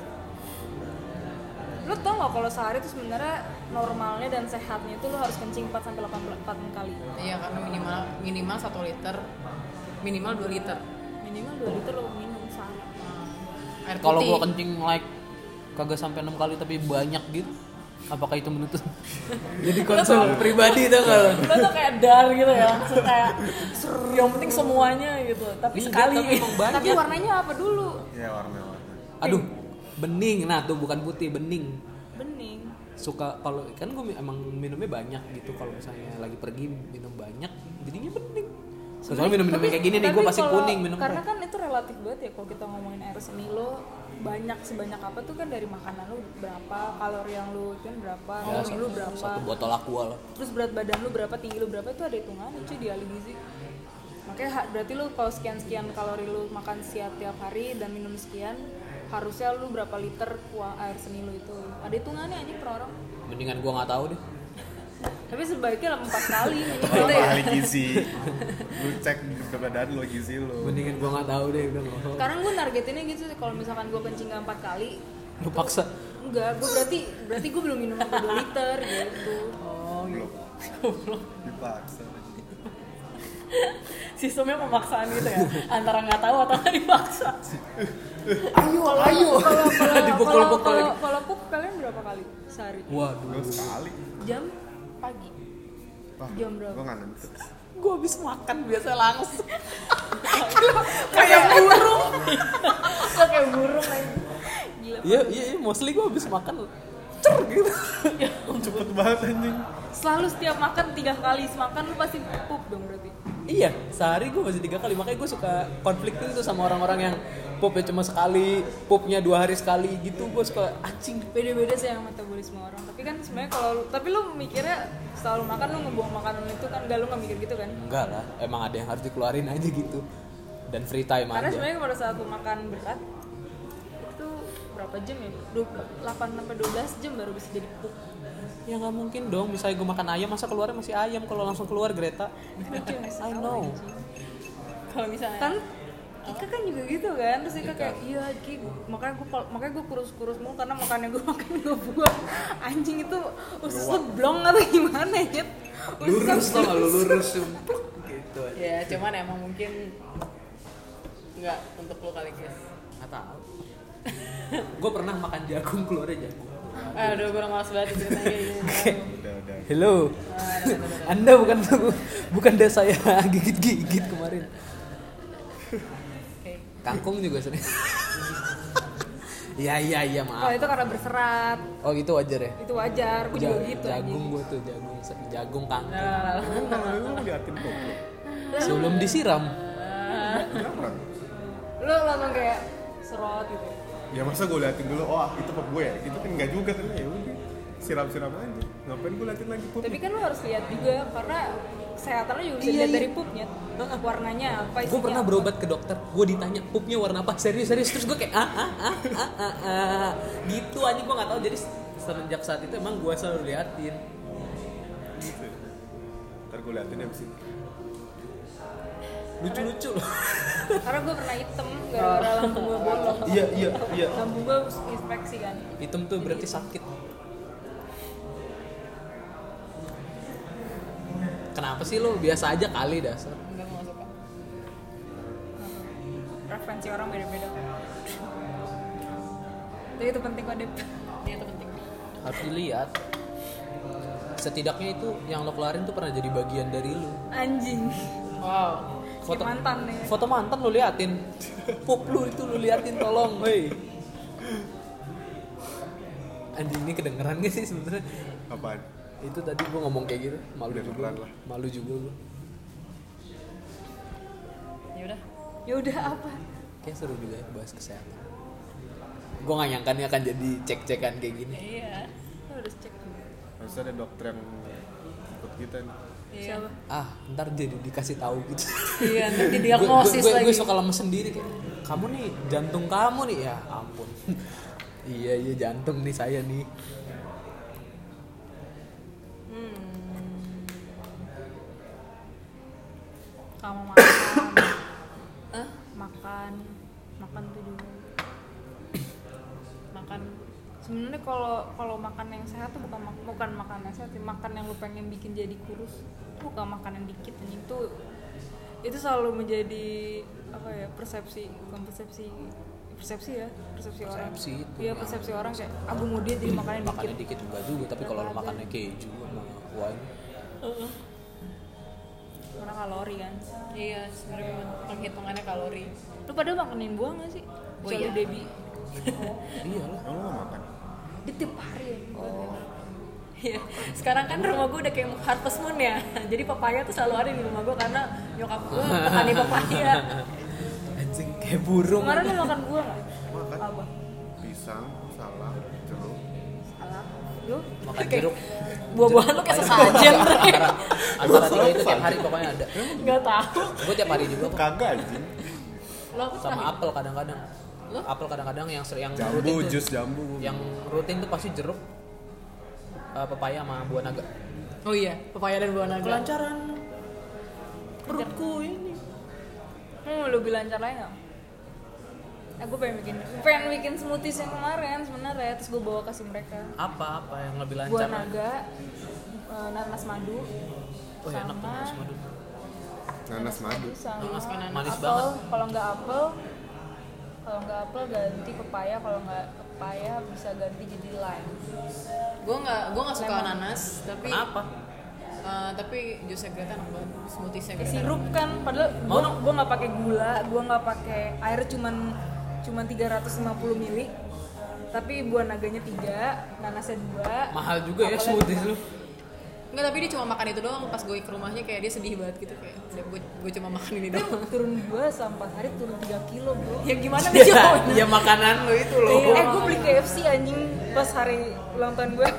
[SPEAKER 4] lo tau gak kalau sehari tuh sebenarnya normalnya dan sehatnya itu lo harus kencing 4 sampai 8 kali
[SPEAKER 1] iya karena minimal minimal satu liter minimal 2 liter
[SPEAKER 4] minimal 2 liter lo minum sehari
[SPEAKER 1] air putih
[SPEAKER 3] Kalau gua kencing like kagak sampai 6 kali tapi banyak gitu. Apakah itu menutup? Jadi konsol pribadi tuh kalau.
[SPEAKER 1] lo tuh kayak dar gitu ya maksud kayak "Ser, yang penting semuanya gitu tapi
[SPEAKER 3] Iya,
[SPEAKER 1] sekali
[SPEAKER 3] tapi emang banyak.
[SPEAKER 4] tapi warnanya apa dulu
[SPEAKER 2] ya warna-warna
[SPEAKER 3] Aduh, bening. Nah, tuh bukan putih, bening.
[SPEAKER 4] bening
[SPEAKER 3] suka kalau kan gue emang minumnya banyak gitu kalau misalnya lagi pergi minum banyak jadinya bening kecuali minum minum
[SPEAKER 4] Tapi-
[SPEAKER 3] kayak gini nih
[SPEAKER 4] tapi
[SPEAKER 3] gue pasti
[SPEAKER 4] kalau-
[SPEAKER 3] kuning minum
[SPEAKER 4] karena kan itu relatif banget ya kalau kita ngomongin air seni lo banyak sebanyak apa tuh kan dari makanan lo berapa kalori yang lo kan berapa
[SPEAKER 3] Ya,
[SPEAKER 4] kalori lo
[SPEAKER 3] satu-
[SPEAKER 4] berapa
[SPEAKER 3] satu botol aqua lah
[SPEAKER 4] terus berat badan lu berapa tinggi lu berapa itu ada hitungannya cuy di ahli gizi makanya ha- berarti lu kalau sekian sekian kalori lu makan siap tiap hari dan minum sekian harusnya lu berapa liter kuah air seni lu itu ada hitungannya anjing per orang
[SPEAKER 3] mendingan gue nggak tahu deh
[SPEAKER 4] tapi sebaiknya lah empat kali
[SPEAKER 2] Berapa ahli gizi Lu cek ke badan lo gizi lo
[SPEAKER 3] mendingan gue nggak tahu deh udah nggak mau.
[SPEAKER 4] sekarang gue nargetinnya gitu sih kalau misalkan gue kencing nggak empat kali
[SPEAKER 3] lu paksa
[SPEAKER 4] enggak gue berarti berarti gue belum minum sampai dua liter gitu
[SPEAKER 2] Belum Dipaksa
[SPEAKER 1] sistemnya pemaksaan gitu ya antara nggak tahu atau nggak dipaksa
[SPEAKER 3] ayo ayo
[SPEAKER 4] Kalau-
[SPEAKER 3] dipukul-pukul
[SPEAKER 4] kalau-
[SPEAKER 3] lagi.
[SPEAKER 4] Kalau pup kalian berapa kali sehari?
[SPEAKER 3] waduh
[SPEAKER 2] Gue sekali.
[SPEAKER 4] Jam pagi.
[SPEAKER 2] Wah,
[SPEAKER 4] Jam berapa?
[SPEAKER 2] Gue nggak ngentuk.
[SPEAKER 1] gue habis makan biasa langsung
[SPEAKER 4] Kayak burung. Kayak burung aja. Gila.
[SPEAKER 1] iya iya iya, mostly gue habis makan cer gitu
[SPEAKER 3] Iya.
[SPEAKER 1] ya ampun.
[SPEAKER 2] Cepet banget anjing.
[SPEAKER 4] Selalu setiap makan tiga kali, makan lu pasti pup dong berarti.
[SPEAKER 1] iya
[SPEAKER 3] sehari gue masih tiga kali makanya gue suka konflikting tuh sama orang-orang yang popnya cuma sekali popnya dua hari sekali gitu gue suka anjing
[SPEAKER 4] Beda-beda sih yang metabolisme orang. Tapi kan sebenarnya kalau lu- tapi lu mikirnya selalu makan lu ngebuang makanan itu kan enggak lu nggak mikir gitu kan?
[SPEAKER 3] enggak lah emang ada yang harus dikeluarin aja gitu dan free time
[SPEAKER 4] Karena
[SPEAKER 3] aja
[SPEAKER 4] sebenarnya pada saat lu makan berat itu berapa jam ya? Du- 8 sampai 12 jam baru bisa jadi pup.
[SPEAKER 3] ya nggak mungkin dong misalnya gue makan ayam masa keluarnya masih ayam kalau langsung keluar Greta
[SPEAKER 4] Lucu nggak sih?
[SPEAKER 3] I know
[SPEAKER 1] kalau misalnya
[SPEAKER 4] kan Ika kan juga gitu kan terus Ika kayak iya Ki makanya gue makanya gue kurus-kurus mulu karena makannya gue makan gue buang anjing itu usus lu blong atau gimana ya Usus lu
[SPEAKER 3] lurus tau lu lurus gitu
[SPEAKER 1] ya cuman emang mungkin nggak untuk lo kali guys
[SPEAKER 3] nggak tahu gue pernah makan jagung keluarnya jagung
[SPEAKER 1] aduh gue malas banget ceritanya ini
[SPEAKER 2] Udah udah.
[SPEAKER 3] hello anda bukan bukan deh saya gigit gigit kemarin
[SPEAKER 1] Oke.
[SPEAKER 3] kangkung juga sering Iya iya iya
[SPEAKER 4] kalau
[SPEAKER 3] maaf
[SPEAKER 4] itu karena berserat
[SPEAKER 3] oh itu wajar ya
[SPEAKER 4] itu wajar gue juga
[SPEAKER 3] Ja-
[SPEAKER 4] gitu
[SPEAKER 3] jagung gue tuh jagung jagung kangkung
[SPEAKER 1] Nah,
[SPEAKER 2] Lu nggak lu ngeliatin kok.
[SPEAKER 3] sebelum disiram
[SPEAKER 2] Kenapa?
[SPEAKER 4] anjing. lu langsung kayak serot gitu
[SPEAKER 2] Ya masa gue liatin dulu, oh ah, itu pop gue ya? Itu kan nggak juga kan ya udah. Siram-siram aja. Ngapain gue liatin lagi pop?
[SPEAKER 4] tapi kan lu harus lihat juga karena kesehatan lu juga bisa
[SPEAKER 3] Iya,
[SPEAKER 4] dilihat
[SPEAKER 3] iya.
[SPEAKER 4] dari pupnya warnanya apa isinya
[SPEAKER 3] gue pernah berobat ke dokter gue ditanya pupnya warna apa serius serius terus gue kayak ah ah ah ah ah, ah." gitu aja gue nggak tahu jadi semenjak saat itu emang gue selalu liatin
[SPEAKER 2] Gitu. Ntar gue liatin ya, abis itu.
[SPEAKER 3] lucu lucu loh
[SPEAKER 4] karena gue pernah hitam gara-gara lambung gue bolong
[SPEAKER 2] Iya iya iya.
[SPEAKER 4] lambung gue inspeksi kan
[SPEAKER 3] hitam tuh berarti sakit kenapa sih lo biasa aja kali dasar
[SPEAKER 1] enggak gue nggak suka
[SPEAKER 4] referensi orang beda-beda kan. Tapi itu penting kok Dep.
[SPEAKER 1] ini Iya, itu penting
[SPEAKER 3] harus dilihat setidaknya itu yang lo keluarin tuh pernah jadi bagian dari lo
[SPEAKER 4] Anjing.
[SPEAKER 1] wow
[SPEAKER 4] Foto
[SPEAKER 3] Foto-
[SPEAKER 4] mantan nih.
[SPEAKER 3] foto mantan lo liatin pup lu itu lo liatin tolong hei anjing ini kedengeran gak sih sebenarnya
[SPEAKER 2] Apaan?
[SPEAKER 3] itu tadi gua ngomong kayak gitu malu
[SPEAKER 2] Udah
[SPEAKER 3] juga
[SPEAKER 2] kedengeran lah.
[SPEAKER 3] malu juga gua
[SPEAKER 1] ya udah
[SPEAKER 4] Ya udah apa?
[SPEAKER 3] kayak seru juga ya bahas kesehatan gua nggak nyangka nih akan jadi cek-cekan kayak gini
[SPEAKER 1] iya
[SPEAKER 4] Lu harus cek dulu.
[SPEAKER 2] Harusnya ada dokter yang ikut kita nih.
[SPEAKER 1] iya
[SPEAKER 4] Siapa?
[SPEAKER 3] ah ntar jadi dikasih tahu gitu
[SPEAKER 1] iya nanti
[SPEAKER 3] Gua-
[SPEAKER 1] diagnosis
[SPEAKER 3] gua- gua-
[SPEAKER 1] lagi
[SPEAKER 3] gua suka lemes sendiri kayak kamu nih jantung kamu nih ya ampun iya iya jantung nih saya nih
[SPEAKER 4] Hmm. Kamu makan.
[SPEAKER 1] Hah?
[SPEAKER 4] Makan. Makan tuh juga.
[SPEAKER 1] makan
[SPEAKER 4] Sebenarnya kalau kalau makan yang sehat tuh bukan mak- bukan makan yang sehat, sih. makan yang lu pengen bikin jadi kurus. Bukan makan yang dikit anjing tuh itu selalu menjadi apa ya persepsi bukan persepsi persepsi ya persepsi, orang
[SPEAKER 3] Persepsi itu.
[SPEAKER 4] iya persepsi orang kayak ah gue mau diet jadi makannya
[SPEAKER 3] makannya
[SPEAKER 4] dikit
[SPEAKER 3] dikit enggak juga tapi kalau lo makannya keju sama wine
[SPEAKER 4] karena kalori kan
[SPEAKER 1] iya sebenarnya memang penghitungannya kalori
[SPEAKER 4] lu pada makanin buah gak sih
[SPEAKER 1] Oh,
[SPEAKER 4] Kecuali
[SPEAKER 1] iya.
[SPEAKER 4] Debbie
[SPEAKER 3] iya lah
[SPEAKER 2] Kamu nggak makan?
[SPEAKER 4] di tiap hari ya gua kayak-
[SPEAKER 1] Iya, sekarang kan rumah gue udah kayak harvest moon ya Jadi papaya tuh selalu ada di rumah gue karena nyokap gue petani papaya
[SPEAKER 3] anjing kayak burung
[SPEAKER 4] kemarin lu makan buah gak?
[SPEAKER 2] Makan.
[SPEAKER 4] apa?
[SPEAKER 2] Pisang, salak, jeruk.
[SPEAKER 4] salah lu?
[SPEAKER 3] makan jeruk
[SPEAKER 1] Buah-buahan lu kayak sesajen Rey.
[SPEAKER 3] antara tiga itu tiap hari pokoknya ada
[SPEAKER 1] Gak tau
[SPEAKER 3] gue tiap hari juga kok
[SPEAKER 2] Kagak anjing.
[SPEAKER 1] Lo apa
[SPEAKER 3] sama
[SPEAKER 1] terakhir?
[SPEAKER 3] apel kadang-kadang apel kadang-kadang yang ser- yang rutin
[SPEAKER 2] Jambu,
[SPEAKER 3] tuh-
[SPEAKER 2] jus jambu.
[SPEAKER 3] yang rutin tuh pasti jeruk eh, pepaya sama buah naga
[SPEAKER 1] Oh iya, papaya dan buah naga
[SPEAKER 3] kelancaran perutku ini
[SPEAKER 4] hmm lu lebih lancar lagi gak? Eh, gue pengen bikin pengen bikin smoothies yang kemarin sebenarnya terus gue bawa kasih mereka
[SPEAKER 3] apa apa yang lebih
[SPEAKER 4] buah
[SPEAKER 3] lancar
[SPEAKER 4] naga eh, nanas madu
[SPEAKER 3] oh ya, enak tuh
[SPEAKER 4] sama
[SPEAKER 3] nanas madu
[SPEAKER 2] Nanas madu.
[SPEAKER 4] sama
[SPEAKER 1] Nanas kan nanas.
[SPEAKER 3] Manis
[SPEAKER 4] apel kalau nggak apel kalau nggak apel ganti pepaya kalau nggak pepaya bisa ganti jadi lime
[SPEAKER 1] gue nggak gue nggak suka nanas tapi
[SPEAKER 3] Kenapa?
[SPEAKER 1] eh, tapi jus segreta enak banget smoothie
[SPEAKER 4] Kayak
[SPEAKER 1] segreta
[SPEAKER 4] sirup kan padahal
[SPEAKER 3] Mau?
[SPEAKER 4] gua gua nggak pakai gula gua nggak pakai air cuman cuman 350 ml tapi buah naganya tiga nanasnya dua
[SPEAKER 3] Mahal juga ya
[SPEAKER 4] Apalagi-
[SPEAKER 3] smoothies lu.
[SPEAKER 1] Enggak, tapi dia cuma makan itu doang pas gue ke rumahnya kayak dia sedih banget gitu kayak gue, gue cuma makan ini doang
[SPEAKER 4] turun dua sampai empat hari turun 3 kilo bro
[SPEAKER 1] ya gimana
[SPEAKER 3] Ya,
[SPEAKER 1] sih jawabnya?
[SPEAKER 3] ya makanan lu itu loh.
[SPEAKER 4] eh gue beli KFC anjing pas hari ulang tahun gue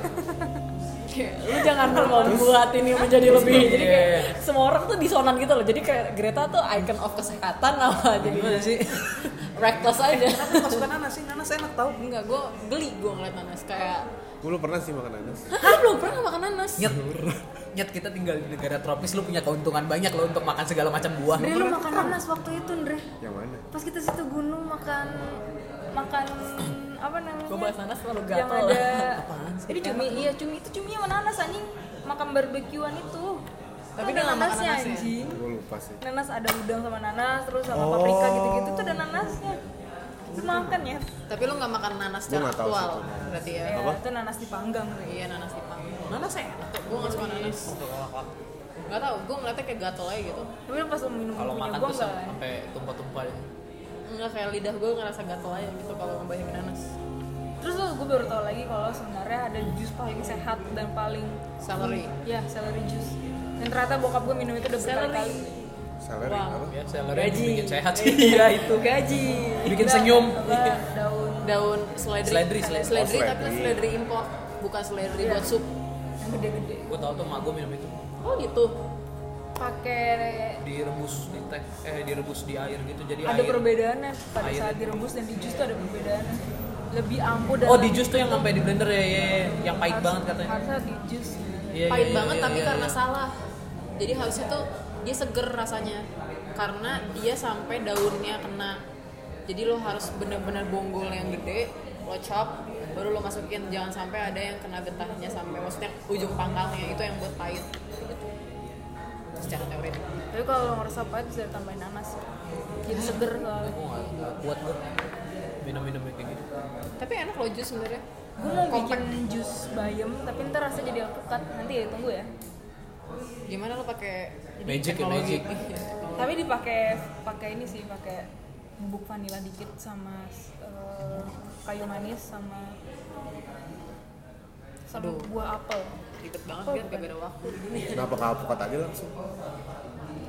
[SPEAKER 1] Kayak, lu jangan membuat ini menjadi lebih
[SPEAKER 3] Iya.
[SPEAKER 1] jadi kayak semua orang tuh disonan gitu loh jadi kayak Greta tuh icon of kesehatan lah jadi
[SPEAKER 3] Gimana sih?
[SPEAKER 1] reckless aja
[SPEAKER 3] Kenapa suka nanas sih? Nanas enak tau.
[SPEAKER 1] enggak gue geli gue ngeliat nanas kayak
[SPEAKER 2] Gue belum pernah sih makan nanas.
[SPEAKER 1] hah Ya, belum pernah makan nanas
[SPEAKER 3] Nyet. Nyet kita tinggal di negara tropis lu punya keuntungan banyak lo untuk makan segala macam buah.
[SPEAKER 4] Dre lu makan nanas waktu itu Dre
[SPEAKER 2] Yang mana?
[SPEAKER 4] pas kita situ gunung makan makan apa namanya
[SPEAKER 1] gue bahas nanas terlalu gatel
[SPEAKER 4] yang ada
[SPEAKER 3] Apaan sih?
[SPEAKER 4] ini cumi iya cumi itu cumi sama nanas anjing makan barbekyuan itu
[SPEAKER 1] Tapi
[SPEAKER 4] Itu
[SPEAKER 1] dia
[SPEAKER 4] ada
[SPEAKER 1] nggak makan
[SPEAKER 4] nanasnya
[SPEAKER 1] nanas ya?
[SPEAKER 4] anjing
[SPEAKER 2] Gue lupa sih.
[SPEAKER 4] nanas ada udang sama nanas terus sama paprika gitu-gitu tuh ada nanasnya itu makan ya
[SPEAKER 1] tapi lu nggak makan nanas
[SPEAKER 2] Gua
[SPEAKER 1] secara
[SPEAKER 2] nggak tahu sih
[SPEAKER 1] aktual
[SPEAKER 2] itu nanas.
[SPEAKER 1] berarti ya
[SPEAKER 4] Ya, itu nanas dipanggang Dre.
[SPEAKER 1] iya nanas dipanggil nanas enak gue nggak suka nanas nggak tahu gue ngeliatnya kayak gatel aja gitu
[SPEAKER 4] tapi lu pas minum
[SPEAKER 3] Kalau
[SPEAKER 4] punya
[SPEAKER 3] makan
[SPEAKER 4] gua eh.
[SPEAKER 3] tuh
[SPEAKER 4] enggak
[SPEAKER 3] sampai tumpah-tumpah. ya.
[SPEAKER 1] Enggak kayak lidah gue ngerasa gatel aja gitu kalau ngebayangin nanas.
[SPEAKER 4] terus tuh gue baru tau lagi kalau sebenarnya ada jus paling sehat dan paling
[SPEAKER 1] Celery.
[SPEAKER 4] ya celery juice dan ternyata bokap gue minum itu udah berkali-kali
[SPEAKER 2] Celery apa?
[SPEAKER 3] Ya, celery bikin sehat sih. Iya itu.
[SPEAKER 1] Gaji.
[SPEAKER 3] Bikin senyum.
[SPEAKER 4] apa daun
[SPEAKER 1] Daun seledri.
[SPEAKER 3] Seledri,
[SPEAKER 1] seledri,
[SPEAKER 3] seledri.
[SPEAKER 2] Oh,
[SPEAKER 1] tapi
[SPEAKER 2] seledri.
[SPEAKER 1] seledri impor, bukan seledri buat sup.
[SPEAKER 4] yang gede-gede
[SPEAKER 3] Gue tau tuh mak gue minum itu
[SPEAKER 1] Oh gitu.
[SPEAKER 4] pakai
[SPEAKER 3] direbus di teh eh direbus di air gitu jadi
[SPEAKER 4] ada
[SPEAKER 3] air.
[SPEAKER 4] perbedaannya pada
[SPEAKER 3] Air.
[SPEAKER 4] saat direbus dan di jus tuh ada perbedaannya lebih ampuh dan
[SPEAKER 3] Oh di jus tuh yang sampai di blender ya, ya, ya. yang pahit banget katanya.
[SPEAKER 4] harusnya di jus
[SPEAKER 3] Iya,
[SPEAKER 1] Pahit
[SPEAKER 3] iya,
[SPEAKER 1] banget
[SPEAKER 3] iya,
[SPEAKER 1] tapi
[SPEAKER 3] iya,
[SPEAKER 1] karena
[SPEAKER 3] iya.
[SPEAKER 1] salah. Jadi harusnya tuh dia seger rasanya karena dia sampai daunnya kena. Jadi lo harus bener-bener bonggol yang gede, lo chop, baru lo masukin jangan sampai ada yang kena getahnya sampai maksudnya ujung pangkalnya itu yang buat pahit. Gitu. Secara teori.
[SPEAKER 4] tapi kalau lo ngerasa pahit bisa tambahin nanas jadi seger soalnya
[SPEAKER 3] Gue nggak nggak kuat gue minum-minum yang kayak gitu.
[SPEAKER 1] Tapi enak loh jus sebenarnya.
[SPEAKER 4] gue mau bikin jus bayam tapi ntar rasanya jadi alpukat nanti ya tunggu ya
[SPEAKER 1] Gimana lo pakai Iya.
[SPEAKER 3] Magic ya, magic.
[SPEAKER 4] tapi dipakai pakai ini sih pakai bubuk vanila dikit sama eh, kayu manis sama sama
[SPEAKER 1] Aduh.
[SPEAKER 4] buah apel
[SPEAKER 1] Ribet banget kan gak ada waktu.
[SPEAKER 2] Kenapa ke alpukat Nah, aja langsung?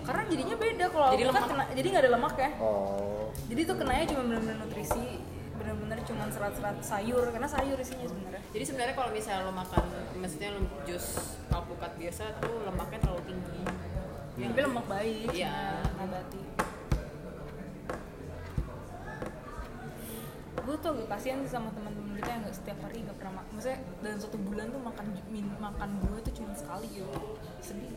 [SPEAKER 4] karena jadinya beda kalau
[SPEAKER 1] Jadi
[SPEAKER 4] alpukat
[SPEAKER 1] lemak.
[SPEAKER 4] kena, jadi nggak ada lemak ya
[SPEAKER 2] Oh,
[SPEAKER 4] jadi tuh kenanya cuma benar-benar nutrisi benar-benar cuma serat-serat sayur karena sayur isinya sebenarnya
[SPEAKER 1] Jadi sebenarnya kalau misalnya lo makan, maksudnya lo jus alpukat biasa tuh lemaknya terlalu tinggi.
[SPEAKER 4] tapi lemak baik
[SPEAKER 1] Iya.
[SPEAKER 4] cuma nabati gue tuh agak kasihan sih sama teman-teman kita yang nggak setiap hari nggak pernah makan maksudnya dalam satu bulan tuh makan ju- min- makan buah tuh cuma sekali gitu sedih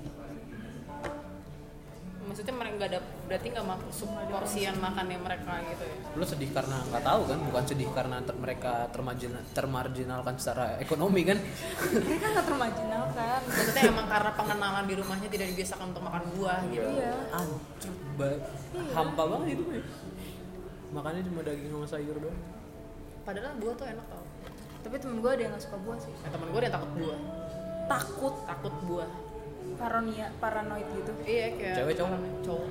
[SPEAKER 1] Maksudnya mereka nggak ada, berarti nggak masuk porsian makannya mereka gitu ya.
[SPEAKER 3] Lu sedih karena nggak tahu kan, bukan sedih karena ter- mereka termarginal, termarginalkan secara ekonomi kan.
[SPEAKER 4] mereka nggak termajinal kan
[SPEAKER 1] Maksudnya emang karena pengenalan di rumahnya tidak dibiasakan untuk makan buah gitu.
[SPEAKER 4] iya
[SPEAKER 3] Ancur, ba- hampa banget itu ya. Makannya cuma daging sama sayur doang.
[SPEAKER 1] Padahal buah tuh enak tau.
[SPEAKER 4] tapi temen gue ada yang nggak suka buah sih
[SPEAKER 1] Nah, temen gue dia takut buah,
[SPEAKER 4] takut
[SPEAKER 1] takut buah.
[SPEAKER 4] paranoia paranoid gitu
[SPEAKER 1] Iya kayak
[SPEAKER 3] Cewek, cowok?
[SPEAKER 1] cowok.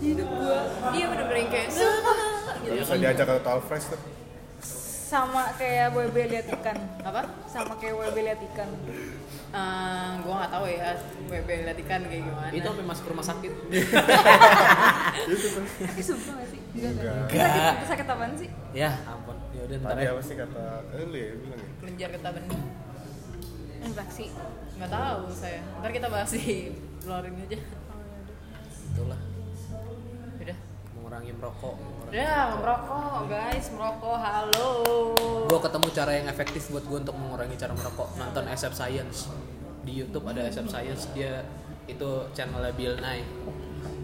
[SPEAKER 4] hidup gue
[SPEAKER 1] Iya bener-bener yang kayak
[SPEAKER 2] nggak bisa diajak ke tall fresh tuh.
[SPEAKER 4] sama kayak WB lihat ikan
[SPEAKER 1] apa?
[SPEAKER 4] sama kayak WB lihat ikan
[SPEAKER 1] Eh, gue nggak tahu ya BB lihat ikan kan kayak gimana
[SPEAKER 3] Itu sampai masuk rumah sakit.
[SPEAKER 4] tapi sumpah gak sih
[SPEAKER 2] Enggak.
[SPEAKER 4] Itu sakit itu sakit apaan sih
[SPEAKER 3] ya ampun. Ya udah ntar
[SPEAKER 2] Tadi
[SPEAKER 3] ya.
[SPEAKER 2] apa sih kata eh, lu ya bilang ya?
[SPEAKER 1] kelenjar getah bening
[SPEAKER 4] infeksi
[SPEAKER 1] nggak tahu saya ntar kita bahas di luarin aja
[SPEAKER 3] Itulah
[SPEAKER 1] udah
[SPEAKER 3] mengurangi merokok. mengurangi-
[SPEAKER 1] udah merokok guys merokok halo
[SPEAKER 3] Gua ketemu cara yang efektif buat gua untuk mengurangi cara merokok. Nonton SF Science di YouTube ada SF Science dia itu channelnya Bill Nye.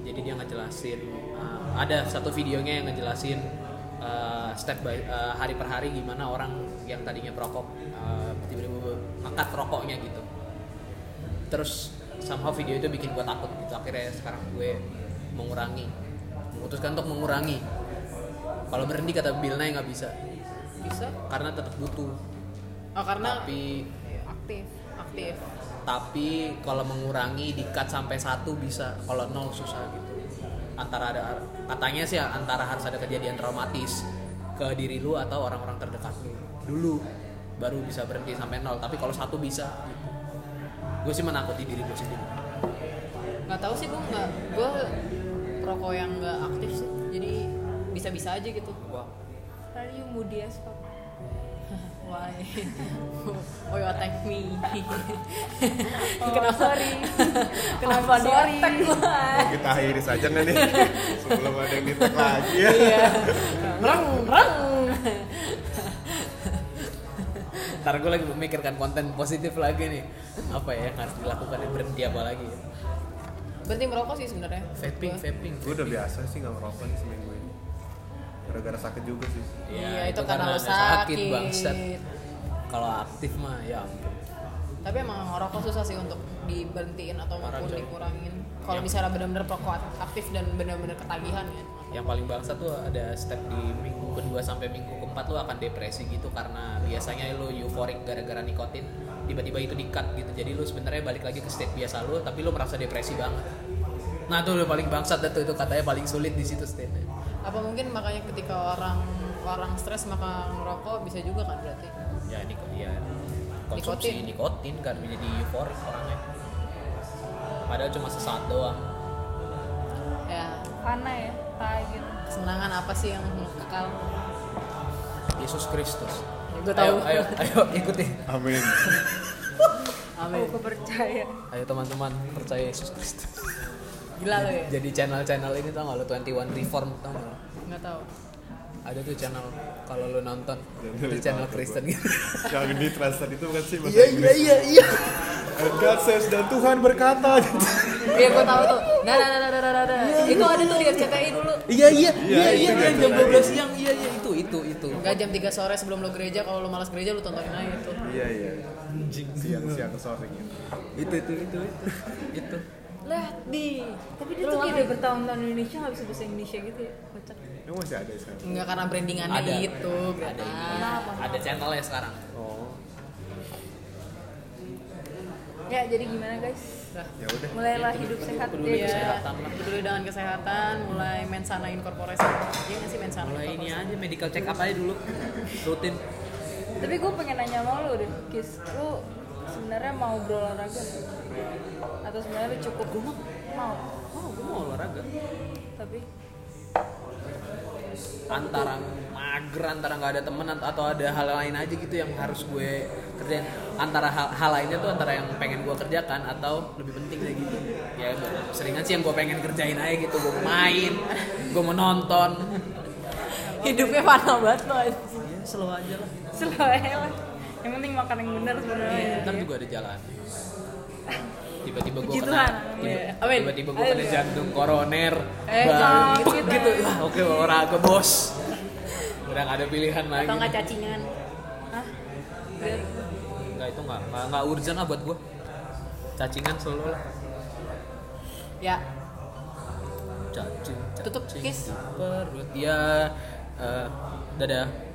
[SPEAKER 3] Jadi dia ngejelasin uh, ada satu videonya yang ngejelasin uh, step by uh, hari per hari gimana orang yang tadinya perokok uh, tiba-tiba ngekat rokoknya gitu. Terus somehow video itu bikin gue takut gitu akhirnya sekarang gue mengurangi memutuskan untuk mengurangi kalau berhenti kata Bill Nye nggak bisa
[SPEAKER 1] bisa
[SPEAKER 3] karena tetap butuh
[SPEAKER 1] oh karena Iya.
[SPEAKER 3] tapi
[SPEAKER 4] aktif
[SPEAKER 1] aktif
[SPEAKER 3] tapi kalau mengurangi di cut sampai satu bisa kalau nol susah gitu antara ada katanya sih ya, antara harus ada kejadian traumatis ke diri lu atau orang-orang terdekat lu dulu baru bisa berhenti sampai nol tapi kalau satu bisa gitu. gue sih menakuti diri gue sendiri
[SPEAKER 1] nggak tahu sih gue nggak gue perokok yang nggak aktif sih jadi bisa-bisa aja gitu
[SPEAKER 3] wah
[SPEAKER 4] Are you moody as fuck?
[SPEAKER 1] why why you attack me
[SPEAKER 4] Oh,
[SPEAKER 1] kenapa
[SPEAKER 4] sorry.
[SPEAKER 1] kenapa
[SPEAKER 4] Oh,
[SPEAKER 1] di
[SPEAKER 4] sorry.
[SPEAKER 1] attack gua?
[SPEAKER 2] kita akhiri saja nggak nih sebelum ada yang ditek lagi ya
[SPEAKER 1] iya reng reng
[SPEAKER 3] ntar gue lagi memikirkan konten positif lagi nih apa ya yang harus dilakukan yang berhenti apa lagi ya?
[SPEAKER 1] berhenti merokok sih sebenarnya
[SPEAKER 3] vaping
[SPEAKER 1] Gua.
[SPEAKER 3] vaping
[SPEAKER 2] gue udah biasa sih nggak merokok nih seminggu ini gara-gara sakit juga sih
[SPEAKER 1] Iya, itu karena lo sakit.
[SPEAKER 3] bangsat. kalau aktif mah ya ampun.
[SPEAKER 1] tapi emang merokok susah sih untuk diberhentiin atau
[SPEAKER 3] Parah,
[SPEAKER 1] maupun
[SPEAKER 3] coy.
[SPEAKER 1] dikurangin kalau
[SPEAKER 3] Yang-
[SPEAKER 1] misalnya benar-benar perokok aktif dan benar-benar ketagihan ya
[SPEAKER 3] yang paling bangsa tuh ada step di minggu kedua sampai minggu keempat lu akan depresi gitu karena biasanya lu euforik gara-gara nikotin tiba-tiba itu di-cut gitu jadi lu sebenarnya balik lagi ke state biasa lu tapi lu merasa depresi banget nah tuh lu paling bangsat dah tuh itu katanya paling sulit di situ state
[SPEAKER 1] apa mungkin makanya ketika orang orang stres maka ngerokok bisa juga kan berarti
[SPEAKER 3] ya nikotin ya konsumsi nikotin, kan menjadi euforik orangnya padahal cuma sesaat doang
[SPEAKER 1] ya
[SPEAKER 4] Karena ya, tai gitu.
[SPEAKER 1] kesenangan apa sih yang kekal
[SPEAKER 3] Yesus Kristus
[SPEAKER 1] Gua
[SPEAKER 3] ayo
[SPEAKER 1] tahu.
[SPEAKER 3] ayo ayo ikuti
[SPEAKER 2] amin
[SPEAKER 1] amin
[SPEAKER 4] Aku Oh, percaya.
[SPEAKER 3] ayo teman-teman percaya Yesus Kristus
[SPEAKER 1] gila lo ya
[SPEAKER 3] jadi channel-channel ini tau gak lo 21 Reform tau gak lo?
[SPEAKER 1] nggak tahu
[SPEAKER 3] ada tuh channel kalau lo nonton
[SPEAKER 2] Jangan
[SPEAKER 3] itu channel
[SPEAKER 2] lupa,
[SPEAKER 3] Kristen
[SPEAKER 2] gua.
[SPEAKER 3] gitu
[SPEAKER 2] yang di translate itu bukan sih bahasa
[SPEAKER 3] iya iya
[SPEAKER 2] Inggris
[SPEAKER 3] iya iya
[SPEAKER 2] And God says dan Tuhan berkata
[SPEAKER 1] iya gue tahu tuh nah nah nah nah nah, nah, nah. itu ada tuh di RCTI dulu
[SPEAKER 3] iya iya iya
[SPEAKER 2] itu
[SPEAKER 3] iya iya
[SPEAKER 2] jangan
[SPEAKER 3] jam
[SPEAKER 2] lupa.
[SPEAKER 3] 12 siang iya iya itu itu itu
[SPEAKER 1] Enggak jam 3 sore sebelum lo gereja kalau lo malas gereja lo tontonin aja itu
[SPEAKER 2] iya iya siang-siang sore gitu
[SPEAKER 3] itu itu itu itu itu
[SPEAKER 4] Lah, di. ya? Tapi dia tuh kayak udah bertahun-tahun di Indonesia nggak bisa bahasa Indonesia gitu ya. Kocak.
[SPEAKER 2] emang masih ada sekarang
[SPEAKER 1] Enggak karena brandingannya gitu,
[SPEAKER 3] Ada.
[SPEAKER 1] itu
[SPEAKER 3] ada ini
[SPEAKER 1] Brad.
[SPEAKER 4] Nah,
[SPEAKER 3] ada channelnya sekarang
[SPEAKER 2] oh
[SPEAKER 4] Ya, jadi gimana guys?
[SPEAKER 2] ya udah
[SPEAKER 4] Mulailah hidup sehat
[SPEAKER 3] peduli
[SPEAKER 4] ya.
[SPEAKER 3] kesehatan lah.
[SPEAKER 1] peduli dengan kesehatan mulai mensanain korporasi iya nggak sih mensanain
[SPEAKER 3] mulai ini ya.
[SPEAKER 1] korporasi?
[SPEAKER 3] aja medical check up aja dulu rutin
[SPEAKER 4] Tapi gue pengen nanya sama lu deh, Kis. Lu sebenarnya mau berolahraga? nggak? Atau sebenarnya lu cukup gue mau? Mau.
[SPEAKER 3] oh gue mau olahraga
[SPEAKER 4] Tapi
[SPEAKER 3] antara mager antara nggak ada temen ant- atau ada hal lain aja gitu yang harus gue kerjain antara hal, hal lainnya tuh antara yang pengen gue kerjakan atau lebih penting kayak gitu ya gua- seringan sih yang gue pengen kerjain aja gitu gue mau main gue mau nonton
[SPEAKER 1] hidupnya panah banget lo anjing.
[SPEAKER 3] ya slow aja lah
[SPEAKER 4] selalu lah. Yang penting makan yang benar sebenarnya.
[SPEAKER 3] ntar juga ada jalan tiba-tiba gue
[SPEAKER 4] Puji
[SPEAKER 3] kena
[SPEAKER 4] Tuhan.
[SPEAKER 3] tiba-
[SPEAKER 1] Amin.
[SPEAKER 3] tiba-tiba gue
[SPEAKER 4] Amin.
[SPEAKER 3] kena jantung koroner
[SPEAKER 4] Eh,
[SPEAKER 3] bang,
[SPEAKER 4] jangan
[SPEAKER 3] pek
[SPEAKER 4] gitu.
[SPEAKER 3] gitu Wah, oke olahraga bos udah gak ada pilihan lagi
[SPEAKER 1] atau nggak cacingan
[SPEAKER 4] Hah? Lihat.
[SPEAKER 3] Enggak itu enggak enggak, enggak urgent lah buat gue. Cacingan selalu lah.
[SPEAKER 1] ya
[SPEAKER 3] Cacing.
[SPEAKER 1] Tutup,
[SPEAKER 3] cacing
[SPEAKER 1] kiss.
[SPEAKER 3] di Perut ya eh dadah.